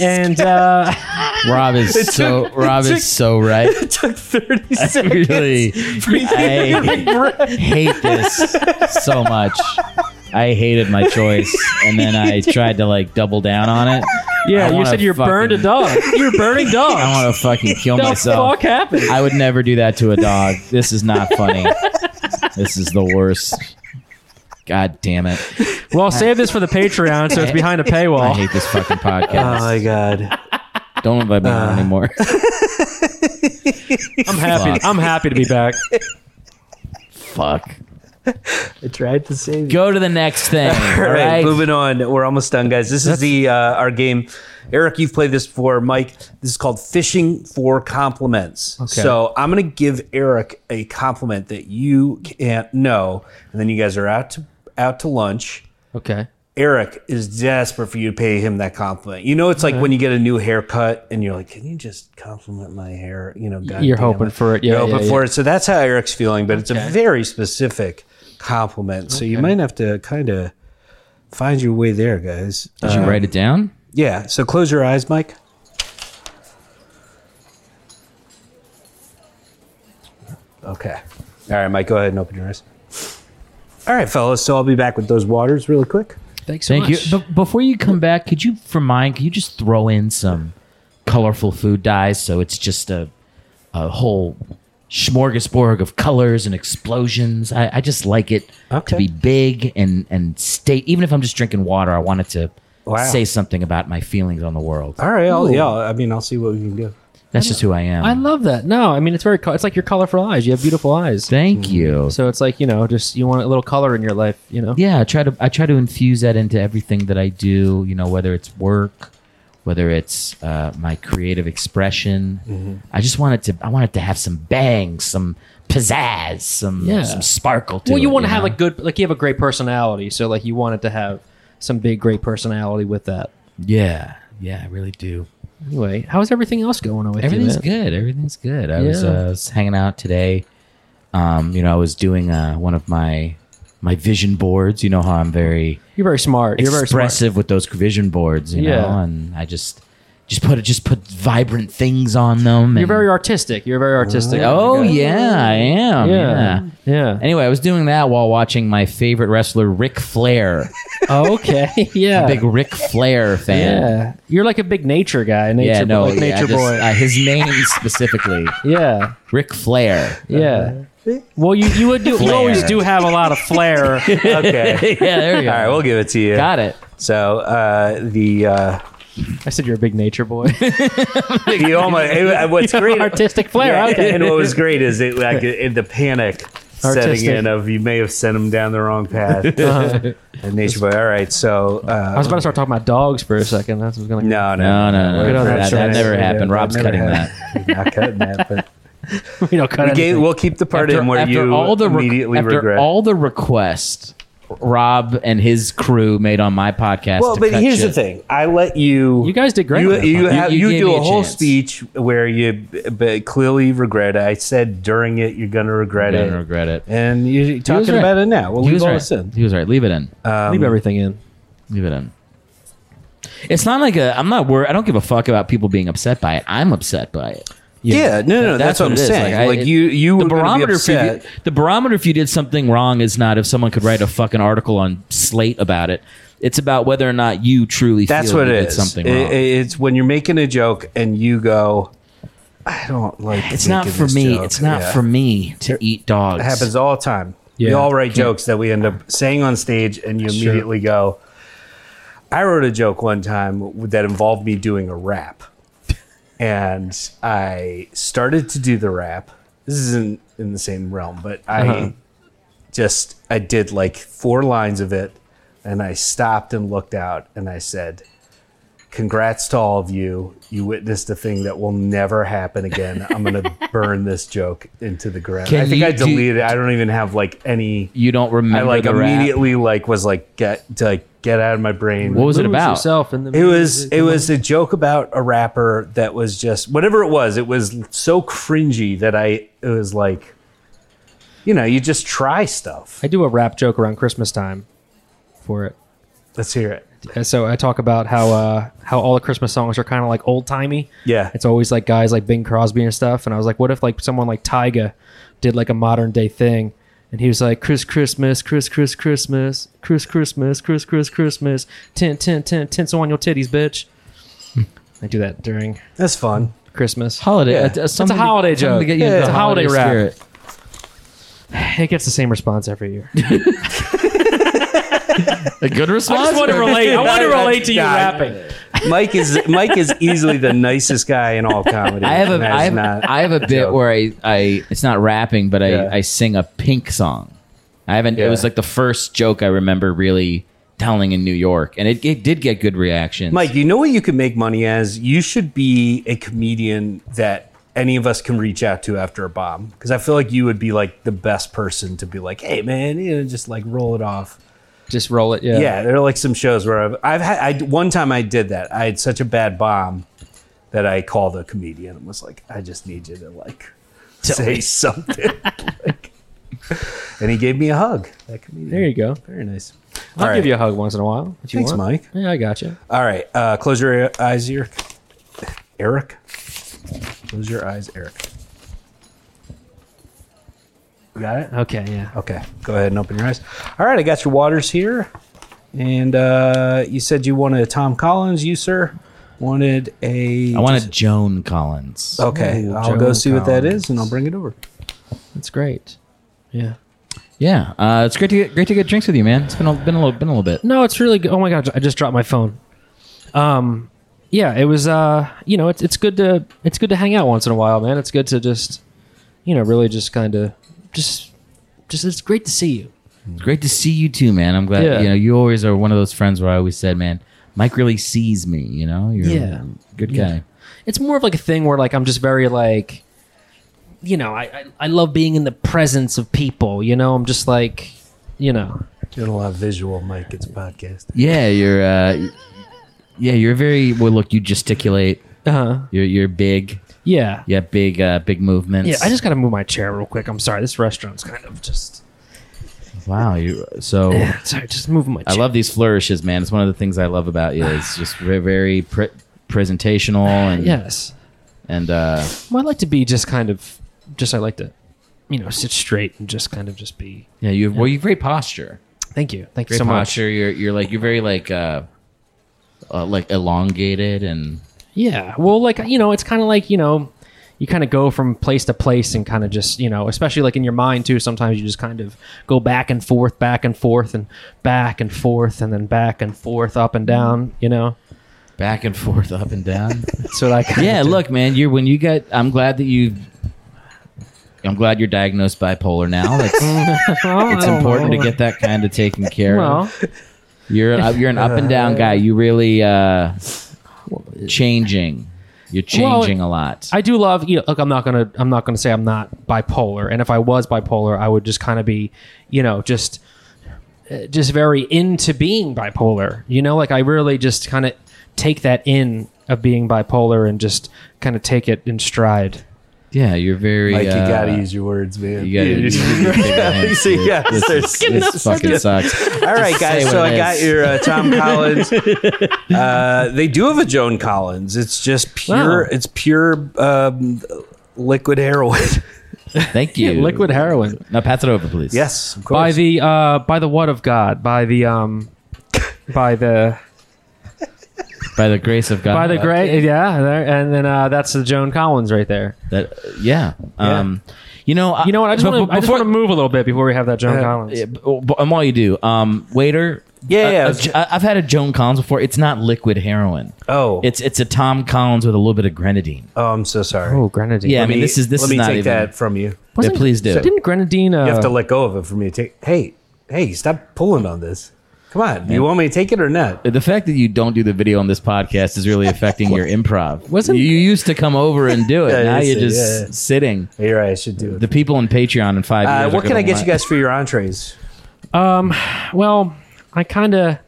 S2: and uh,
S3: Rob is so Rob is so right. It took thirty seconds. Really, I hate this so much. I hated my choice, and then I tried to like double down on it. I
S2: yeah, you
S3: wanna
S2: said you're burned a
S3: fucking-
S2: dog. You're burning
S3: I
S2: dogs.
S3: want to fucking kill
S2: What the
S3: myself.
S2: fuck happened?
S3: I would never do that to a dog. This is not funny. this is the worst. God damn it!
S2: Well, save this for the Patreon, so it's behind a
S3: I
S2: paywall.
S3: hate this fucking
S1: Oh
S3: podcast.
S1: my god.
S3: Don't invite me on anymore.
S2: I'm happy.
S3: Fuck.
S2: I'm happy to be back.
S3: Fuck.
S1: I tried to save you.
S3: Go to the next thing. All
S1: All right,
S3: right.
S1: moving on. We're almost done, guys. This is the uh, our game. Eric, you've played this before. Mike, this is called fishing for compliments. So I'm going to give Eric a compliment that you can't know, and then you guys are out to out to lunch.
S2: Okay.
S1: Eric is desperate for you to pay him that compliment. You know, it's like when you get a new haircut and you're like, "Can you just compliment my hair?" You know, God
S2: You're
S1: damn
S2: hoping for it. Yeah,
S1: You're hoping
S2: yeah,
S1: for it. So that's how Eric's feeling, but it's a very specific compliment. So you might have to kind of find your way there, guys.
S3: Did you
S1: Uh,
S3: write it down?
S1: yeah. So close your eyes, Mike. Okay. All right, Mike. Go ahead and open your eyes. All right, fellas. So I'll be back with those waters really quick.
S2: Thanks so
S3: Thank
S2: much.
S3: you. But before you come back, could you, for mine, could you just throw in some colorful food dyes so it's just a, a whole smorgasbord of colors and explosions? I, I just like it
S1: Okay.
S3: to be big and and stay. Even if I'm just drinking water, I want it to
S1: Wow.
S3: say something about my feelings on the world.
S1: All right. I'll, yeah. I mean, I'll see what we can do.
S3: That's just who I am.
S2: I love that. No, I mean it's very. col- It's like your colorful eyes. You have beautiful eyes.
S1: Mm.
S3: Thank you.
S2: So it's like you know, just you want a little color in your life. You know.
S3: yeah i try to i try to infuse that into everything that i do you know whether it's work whether it's uh, my creative expression i just want it to i want it to have some bang some pizzazz some
S2: Yeah.
S3: some sparkle to
S2: Well, you
S3: it,
S2: want to have
S3: know?
S2: like good, like you have a great personality, so like you want it to have some big, great personality with that.
S3: yeah yeah i really do
S2: Anyway, how's everything else going on with
S3: everything's
S2: you? man?
S3: good everything's good i was,
S2: Yeah.
S3: uh, was hanging out today um, you know i was doing uh, one of my my vision boards you know how i'm very
S2: You're very smart. You're very smart.
S3: expressive with those vision boards, you know,
S2: Yeah.
S3: and I just just put just put vibrant things on them.
S2: You're
S3: and-
S2: very artistic. You're very artistic. uh,
S3: oh yeah, I am. Yeah.
S2: yeah, yeah.
S3: Anyway, I was doing that while watching my favorite wrestler, Ric Flair.
S2: Oh, okay, yeah,
S3: Big Ric Flair fan.
S2: yeah. You're like a big nature guy. Nature,
S3: Yeah,
S2: boy-
S3: no,
S2: like
S3: yeah,
S2: nature
S3: just,
S2: boy.
S3: uh, his name specifically,
S2: yeah,
S3: Ric Flair.
S2: yeah. Well, you you would do. You always
S3: Flair.
S2: do have a lot of flair.
S1: Okay.
S3: Yeah, there you
S1: All right. We'll give it to you.
S3: Got it.
S1: So uh, the uh,
S2: I said you're a big nature boy.
S1: you almost it- what's great
S2: artistic flair.
S1: Yeah,
S2: okay.
S1: and what was great is it like in the panic setting
S2: Artistic.
S1: in of you may have sent him down the wrong path. And Nature Boy. All right. So uh,
S2: I was about to start talking about dogs for a second. That's what's gonna.
S1: no, no,
S3: No, no, no.
S2: Good on
S3: no.
S2: that.
S3: That, that never happened. Rob's
S1: Never
S3: cutting
S1: happened. Not cutting that. But
S2: we don't cut
S1: we gave,
S2: anything.
S1: we'll keep the part
S3: that.
S1: in where you
S3: re-
S1: immediately
S3: after
S1: regret.
S3: all the requests Rob and his crew made on my podcast.
S1: well,
S3: to
S1: but
S3: cut
S1: here's
S3: shit.
S1: the thing. I let you.
S2: You guys did great
S1: You
S2: on that
S1: you,
S2: podcast.
S1: have,
S3: You-
S1: you,
S3: you gave
S1: do
S3: me
S1: a
S3: a
S1: whole
S3: chance.
S1: speech where you b- b- clearly regret it. I said during it you're gonna regret
S3: Don't
S1: it,
S3: regret it.
S1: and you're talking
S3: right.
S1: about it now. Well,
S3: He
S1: leave
S3: was
S1: all
S3: right.
S1: this in.
S3: He was right. Leave it in.
S1: Um,
S2: Leave everything in.
S3: Leave it in. It's not like a. I'm not worried. I don't give a fuck about people being upset by it. I'm upset by it. You
S1: Yeah, no,
S3: know?
S1: no, that's what
S3: it
S1: I'm
S3: is.
S1: saying.
S3: I-
S1: Like,
S3: it-
S1: you- you were gonna be
S3: if you
S1: upset.
S3: did- the barometer if you did something wrong is not if someone could write a fucking article on Slate about it. It's about whether or not you truly.
S1: That's
S3: feel
S1: what
S3: you
S1: it
S3: did
S1: is.
S3: Something
S1: It-
S3: wrong.
S1: it's when you're making a joke and you go, I don't like.
S3: it's not
S1: making
S3: for
S1: this
S3: me.
S1: joke."
S3: It's not
S1: Yeah.
S3: for me to eat dogs.
S1: It happens all the time. We
S2: Yeah.
S1: all write jokes that we end up saying on stage, and you immediately go. I wrote a joke one time that involved me doing a rap, and I started to do the rap. This isn't in the same realm, but I just I did like four lines of it, and I stopped and looked out, and I said, Congrats to all of you. You witnessed a thing that will never happen again. I'm going to burn this joke into the ground.
S3: Can
S1: I think
S3: you
S1: I
S3: do-
S1: deleted it. I don't even have like any.
S3: You don't
S1: I
S3: remember
S1: like
S3: the rap?
S1: immediately like was like get to like get out of my brain.
S3: What was it
S2: Lose
S3: about?
S2: yourself in the
S1: It was it was a joke about a rapper that was just whatever it was. It was so cringy that I it was like, you know, you just try stuff.
S2: I do a rap joke around Christmas time for it.
S1: Let's hear it.
S2: And so I talk about how uh, how all the Christmas songs are kind of like old timey.
S1: Yeah.
S2: it's always like guys like Bing Crosby and stuff. And I was like, what if like someone like Tyga did like a modern day thing? And he was like, Chris Christmas, Chris Chris Christmas, Chris Christmas, Chris Chris Christmas, tint tint tint tinsel on your titties, bitch. I do that during
S1: That's fun.
S2: Christmas.
S3: Holiday.
S1: Yeah.
S3: uh,
S1: It's a
S3: something to-
S2: holiday joke.
S3: something To get you
S2: Yeah,
S3: into
S2: it's
S3: the
S2: a holiday rap.
S3: spirit.
S2: It gets the same response every year.
S3: A good response.
S2: I just want to relate. I want to relate to you
S1: Nah,
S2: rapping.
S1: Mike is Mike is easily the nicest guy in all comedy.
S3: I have
S1: and
S3: a
S1: that
S3: I
S1: is
S3: have,
S1: not-
S3: I have a bit
S1: joke.
S3: where I, I it's not rapping, but I,
S1: Yeah.
S3: I sing a pink song. I haven't it was
S1: Yeah.
S3: like the first joke I remember really telling in New York. And it, it did get good reactions.
S1: Mike, you know what you could make money as? You should be a comedian that any of us can reach out to after a bomb. Because I feel like you would be like the best person to be like, hey man, you know, just like roll it off.
S2: Just roll it. Yeah.
S1: Yeah, there are like some shows where I've, I've had I, one time I did that. I had such a bad bomb that I called a comedian and was like, I just need you to like say something. Like- and he gave me a hug. That comedian.
S2: There you go.
S1: Very nice.
S2: I'll
S1: All
S2: give
S1: right.
S2: you a hug once in a while. If you
S1: Thanks,
S2: want.
S1: Mike.
S2: Yeah, I got you.
S1: All right. Uh, close your eyes, Eric. Eric. Close your eyes, Eric. You Got it?
S2: Okay. Yeah.
S1: Okay. Go ahead and open your eyes. All right. I got your waters here. And uh, you said you wanted a Tom Collins. You, sir, wanted a.
S3: I wanted Joan Collins.
S1: Okay.
S2: Ooh,
S1: I'll go
S2: Joan
S1: see what that
S2: Collins.
S1: is and I'll bring it over.
S2: That's great. Yeah.
S3: Yeah. Uh, it's great to get great to get drinks with you, man. It's been a been a little been a little bit.
S2: No, it's really good. Oh my god, I just dropped my phone. Um, yeah, it was. Uh, you know, it's it's good to it's good to hang out once in a while, man. It's good to just, you know, really just kind of just just it's great to see you.
S3: It's great to see you too, man. I'm glad
S2: Yeah.
S3: you know, you always are one of those friends where I always said, Man, Mike really sees me, you know? You're
S2: Yeah.
S3: a good guy.
S2: Yeah. It's more of like a thing where like I'm just very like, you know, I I, I love being in the presence of people. You know, I'm just like, you know,
S1: Doing a lot of visual, Mike. It's a podcast.
S3: Yeah, you're uh yeah, you're very well look, you gesticulate.
S2: uh huh,
S3: You're you're big.
S2: yeah.
S3: Yeah, big uh, big movements.
S2: Yeah, I just gotta move my chair real quick. I'm sorry. This restaurant's kind of just.
S3: wow. You so
S2: Sorry, just moving my chair.
S3: I love these flourishes, man. It's one of the things I love about you. It's just very, very pre- presentational and
S2: Yes.
S3: and uh,
S2: Well, I like to be just kind of, just I like to, you know, sit straight and just kind of just be.
S3: yeah. You have, well, you have great posture.
S2: Thank you, thank you
S3: Great
S2: so
S3: posture. You're you're like you're very like uh, uh like elongated and
S2: much. Yeah. Well, like you know, it's kind of like you know, you kind of go from place to place and kind of just you know, especially like in your mind too. Sometimes you just kind of go back and forth, back and forth, and back and forth, and then back and forth, up and down. You know,
S3: back and forth, up and down.
S2: that's what I. Kinda
S3: yeah
S2: do.
S3: look man you're when you get i'm glad that you i'm glad you're diagnosed bipolar now it's,
S2: Well,
S3: it's
S2: I don't
S3: important
S2: know.
S3: to get that kind of taken care
S2: Well,
S3: of you're uh, you're an up and down guy you really uh changing you're
S2: Well,
S3: changing a lot
S2: I do love. You know, look, I'm not gonna. I'm not gonna say I'm not bipolar. And if I was bipolar, I would just kind of be, you know, just, uh, just very into being bipolar. You know, like I really just kind of take that in of being bipolar and just kind of take it in stride.
S3: yeah you're very
S1: Mike,
S3: uh,
S1: you gotta use your words, man.
S3: you gotta use your big hands,
S1: So,
S3: dude.
S1: yeah,
S3: this,
S1: there's-
S3: is, this fucking sucks
S1: All right, guys.
S3: say
S1: So
S3: what
S1: I
S3: it
S1: got
S3: is.
S1: your uh, Tom Collins. uh, they do have a Joan Collins. It's just pure.
S2: Wow.
S1: It's pure um, liquid heroin.
S3: thank you
S2: Liquid heroin
S3: now pass it over please
S1: yes, of course.
S2: by the uh by the what of God by the um by the
S3: by the grace of god
S2: by the
S3: Uh,
S2: great yeah there, and then uh that's the Joan Collins right there.
S3: Uh, that yeah um you know I,
S2: You know what? I just
S3: but-
S2: want to I just
S3: before-
S2: want to move a little bit before we have that Joan Collins.
S3: Yeah, b- b- and while you do, um, waiter.
S1: Yeah, yeah.
S3: I, have had a Joan Collins before. It's not liquid heroin.
S1: oh,
S3: It's it's a Tom Collins with a little bit of grenadine.
S1: oh, I'm so sorry.
S2: Oh, grenadine.
S3: Yeah, I
S1: Let
S3: mean
S1: me-
S3: this is this
S1: Let
S3: is
S1: me
S3: not
S1: take
S3: even.
S1: that from you.
S3: Yeah,
S2: Wasn't-
S3: please do.
S2: Didn't grenadine? Uh,
S1: You have to let go of it for me to take. Hey, hey, stop pulling on this. Come on. You want me to take it or not?
S3: The fact that you don't do the video on this podcast is really affecting your improv. Wasn't you used to come over and do it?
S1: Yeah,
S3: now
S1: I
S3: you're
S1: see,
S3: just
S1: yeah.
S3: sitting.
S1: You're right. I should do it.
S3: The people on Patreon in five
S1: Uh,
S3: years.
S1: what can I get you guys for your entrees?
S2: Well, I kind of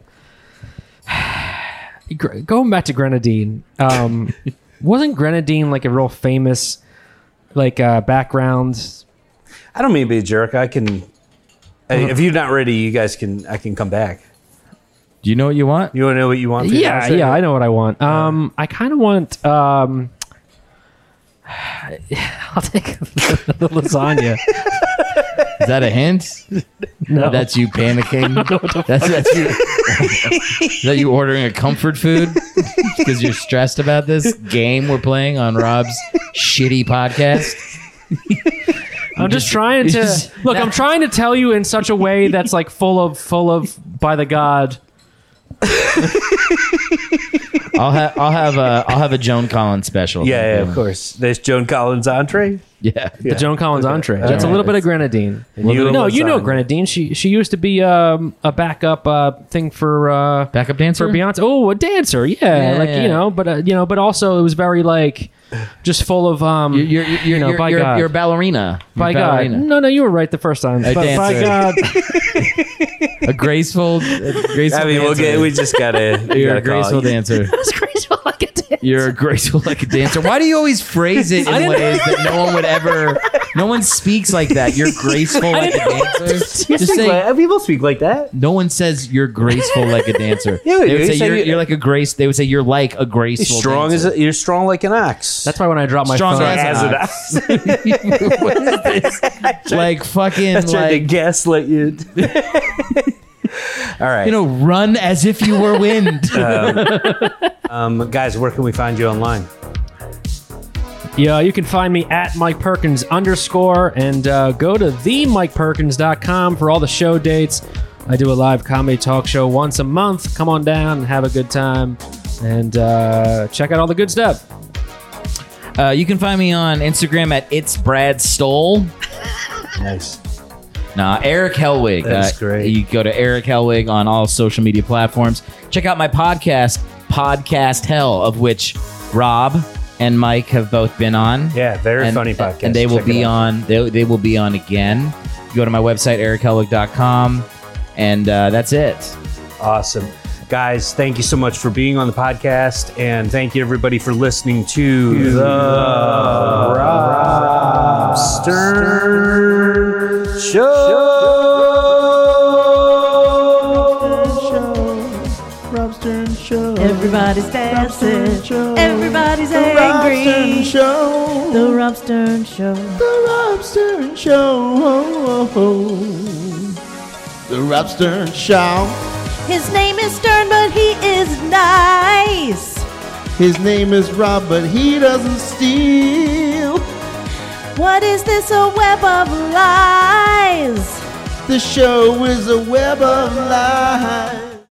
S2: Gr- going back to grenadine. Um, wasn't grenadine like a real famous like uh, background?
S1: I don't mean to be a jerk. I can. I- If you're not ready, you guys can. I can come back.
S3: Do you know what you want?
S1: You want to know what you want? for your
S2: Yeah,
S1: entree?
S2: yeah, I know what I want. Um, I kind of want. Um, I'll take the lasagna.
S3: Is that a hint?
S2: No,
S3: That's you panicking. that's, that's you. Is that you ordering a comfort food because you're stressed about this game we're playing on Rob's shitty podcast?
S2: I'm just trying to
S3: just-
S2: look. I'm trying to tell you in such a way that's like full of full of by the god.
S3: I'll have I'll have a I'll have a Joan Collins special.
S1: Yeah, yeah, of course. There's Joan Collins entree.
S3: yeah.
S2: The Joan Collins entree. That's a
S1: Alright.
S2: little bit of grenadine.
S1: you
S2: no,
S1: a
S2: you know
S1: lasagna.
S2: grenadine. She she used to be um, a backup uh, thing for uh,
S3: Backup dancer.
S2: for Beyonce. Oh, a dancer. Yeah,
S3: Yeah,
S2: like
S3: yeah.
S2: you know, but uh, you know, but also it was very like just full of um.
S3: You're you're you're,
S2: know,
S3: you're,
S2: by
S3: you're,
S2: God.
S3: you're a ballerina. You're
S2: by
S3: a
S2: God,
S3: ballerina.
S2: no, no, you were right the first time. But by
S3: dancer.
S2: God,
S3: a graceful, a graceful.
S1: I mean, we'll
S3: dancer.
S1: get, we just gotta. we gotta
S3: You're a
S1: call
S3: graceful
S1: you.
S3: dancer.
S2: it's crazy like a dancer.
S3: You're a graceful like a dancer. Why do you always phrase it in ways that no one would ever? No one speaks like that. You're graceful like a dancer.
S1: You
S3: Just
S1: speak
S3: say.
S1: like, people speak like that.
S3: No one says you're graceful like a dancer.
S1: Yeah,
S3: they
S1: you
S3: would say
S1: said
S3: you're,
S1: you-
S3: you're like a grace. They would say you're like a graceful.
S1: Strong as
S3: dancer.
S1: a, you're strong like an ox.
S2: That's why when I dropped my
S3: Strong
S2: phone, uh,
S1: as
S3: as an
S1: an
S3: ox.
S1: ox.
S3: what is this? Like fucking
S1: I tried to
S3: like
S1: gaslight you. All right,
S3: you know run as if you were wind.
S1: Uh, um, guys, where can we find you online?
S2: Yeah, you can find me at Mike Perkins underscore and uh, go to themikeperkins.com for all the show dates. I do a live comedy talk show once a month. Come on down and have a good time and uh, check out all the good stuff.
S3: Uh, you can find me on Instagram at it's Brad Stoll.
S1: Nice.
S3: Nah, Eric Helwig.
S1: That's great.
S3: You go to Eric Helwig on all social media platforms. Check out my podcast, Podcast Hell, of which Rob and Mike have both been on.
S1: Yeah, very
S3: and, uh,
S1: funny podcast.
S3: And they will
S1: Check it
S3: be
S1: out.
S3: on. They, they will be on again. Go to my website, erichelwig.com, and uh, that's it.
S1: Awesome. Guys, thank you so much for being on the podcast. And thank you, everybody, for listening to The Rob Stern Show.
S14: Everybody's dancing. Everybody's angry. The Rob Stern Show.
S15: The Rob Stern Show.
S14: His name is Stern, but he is nice.
S15: His name is Rob, but he doesn't steal.
S14: What is this? A web of lies.
S15: The show is a web of lies.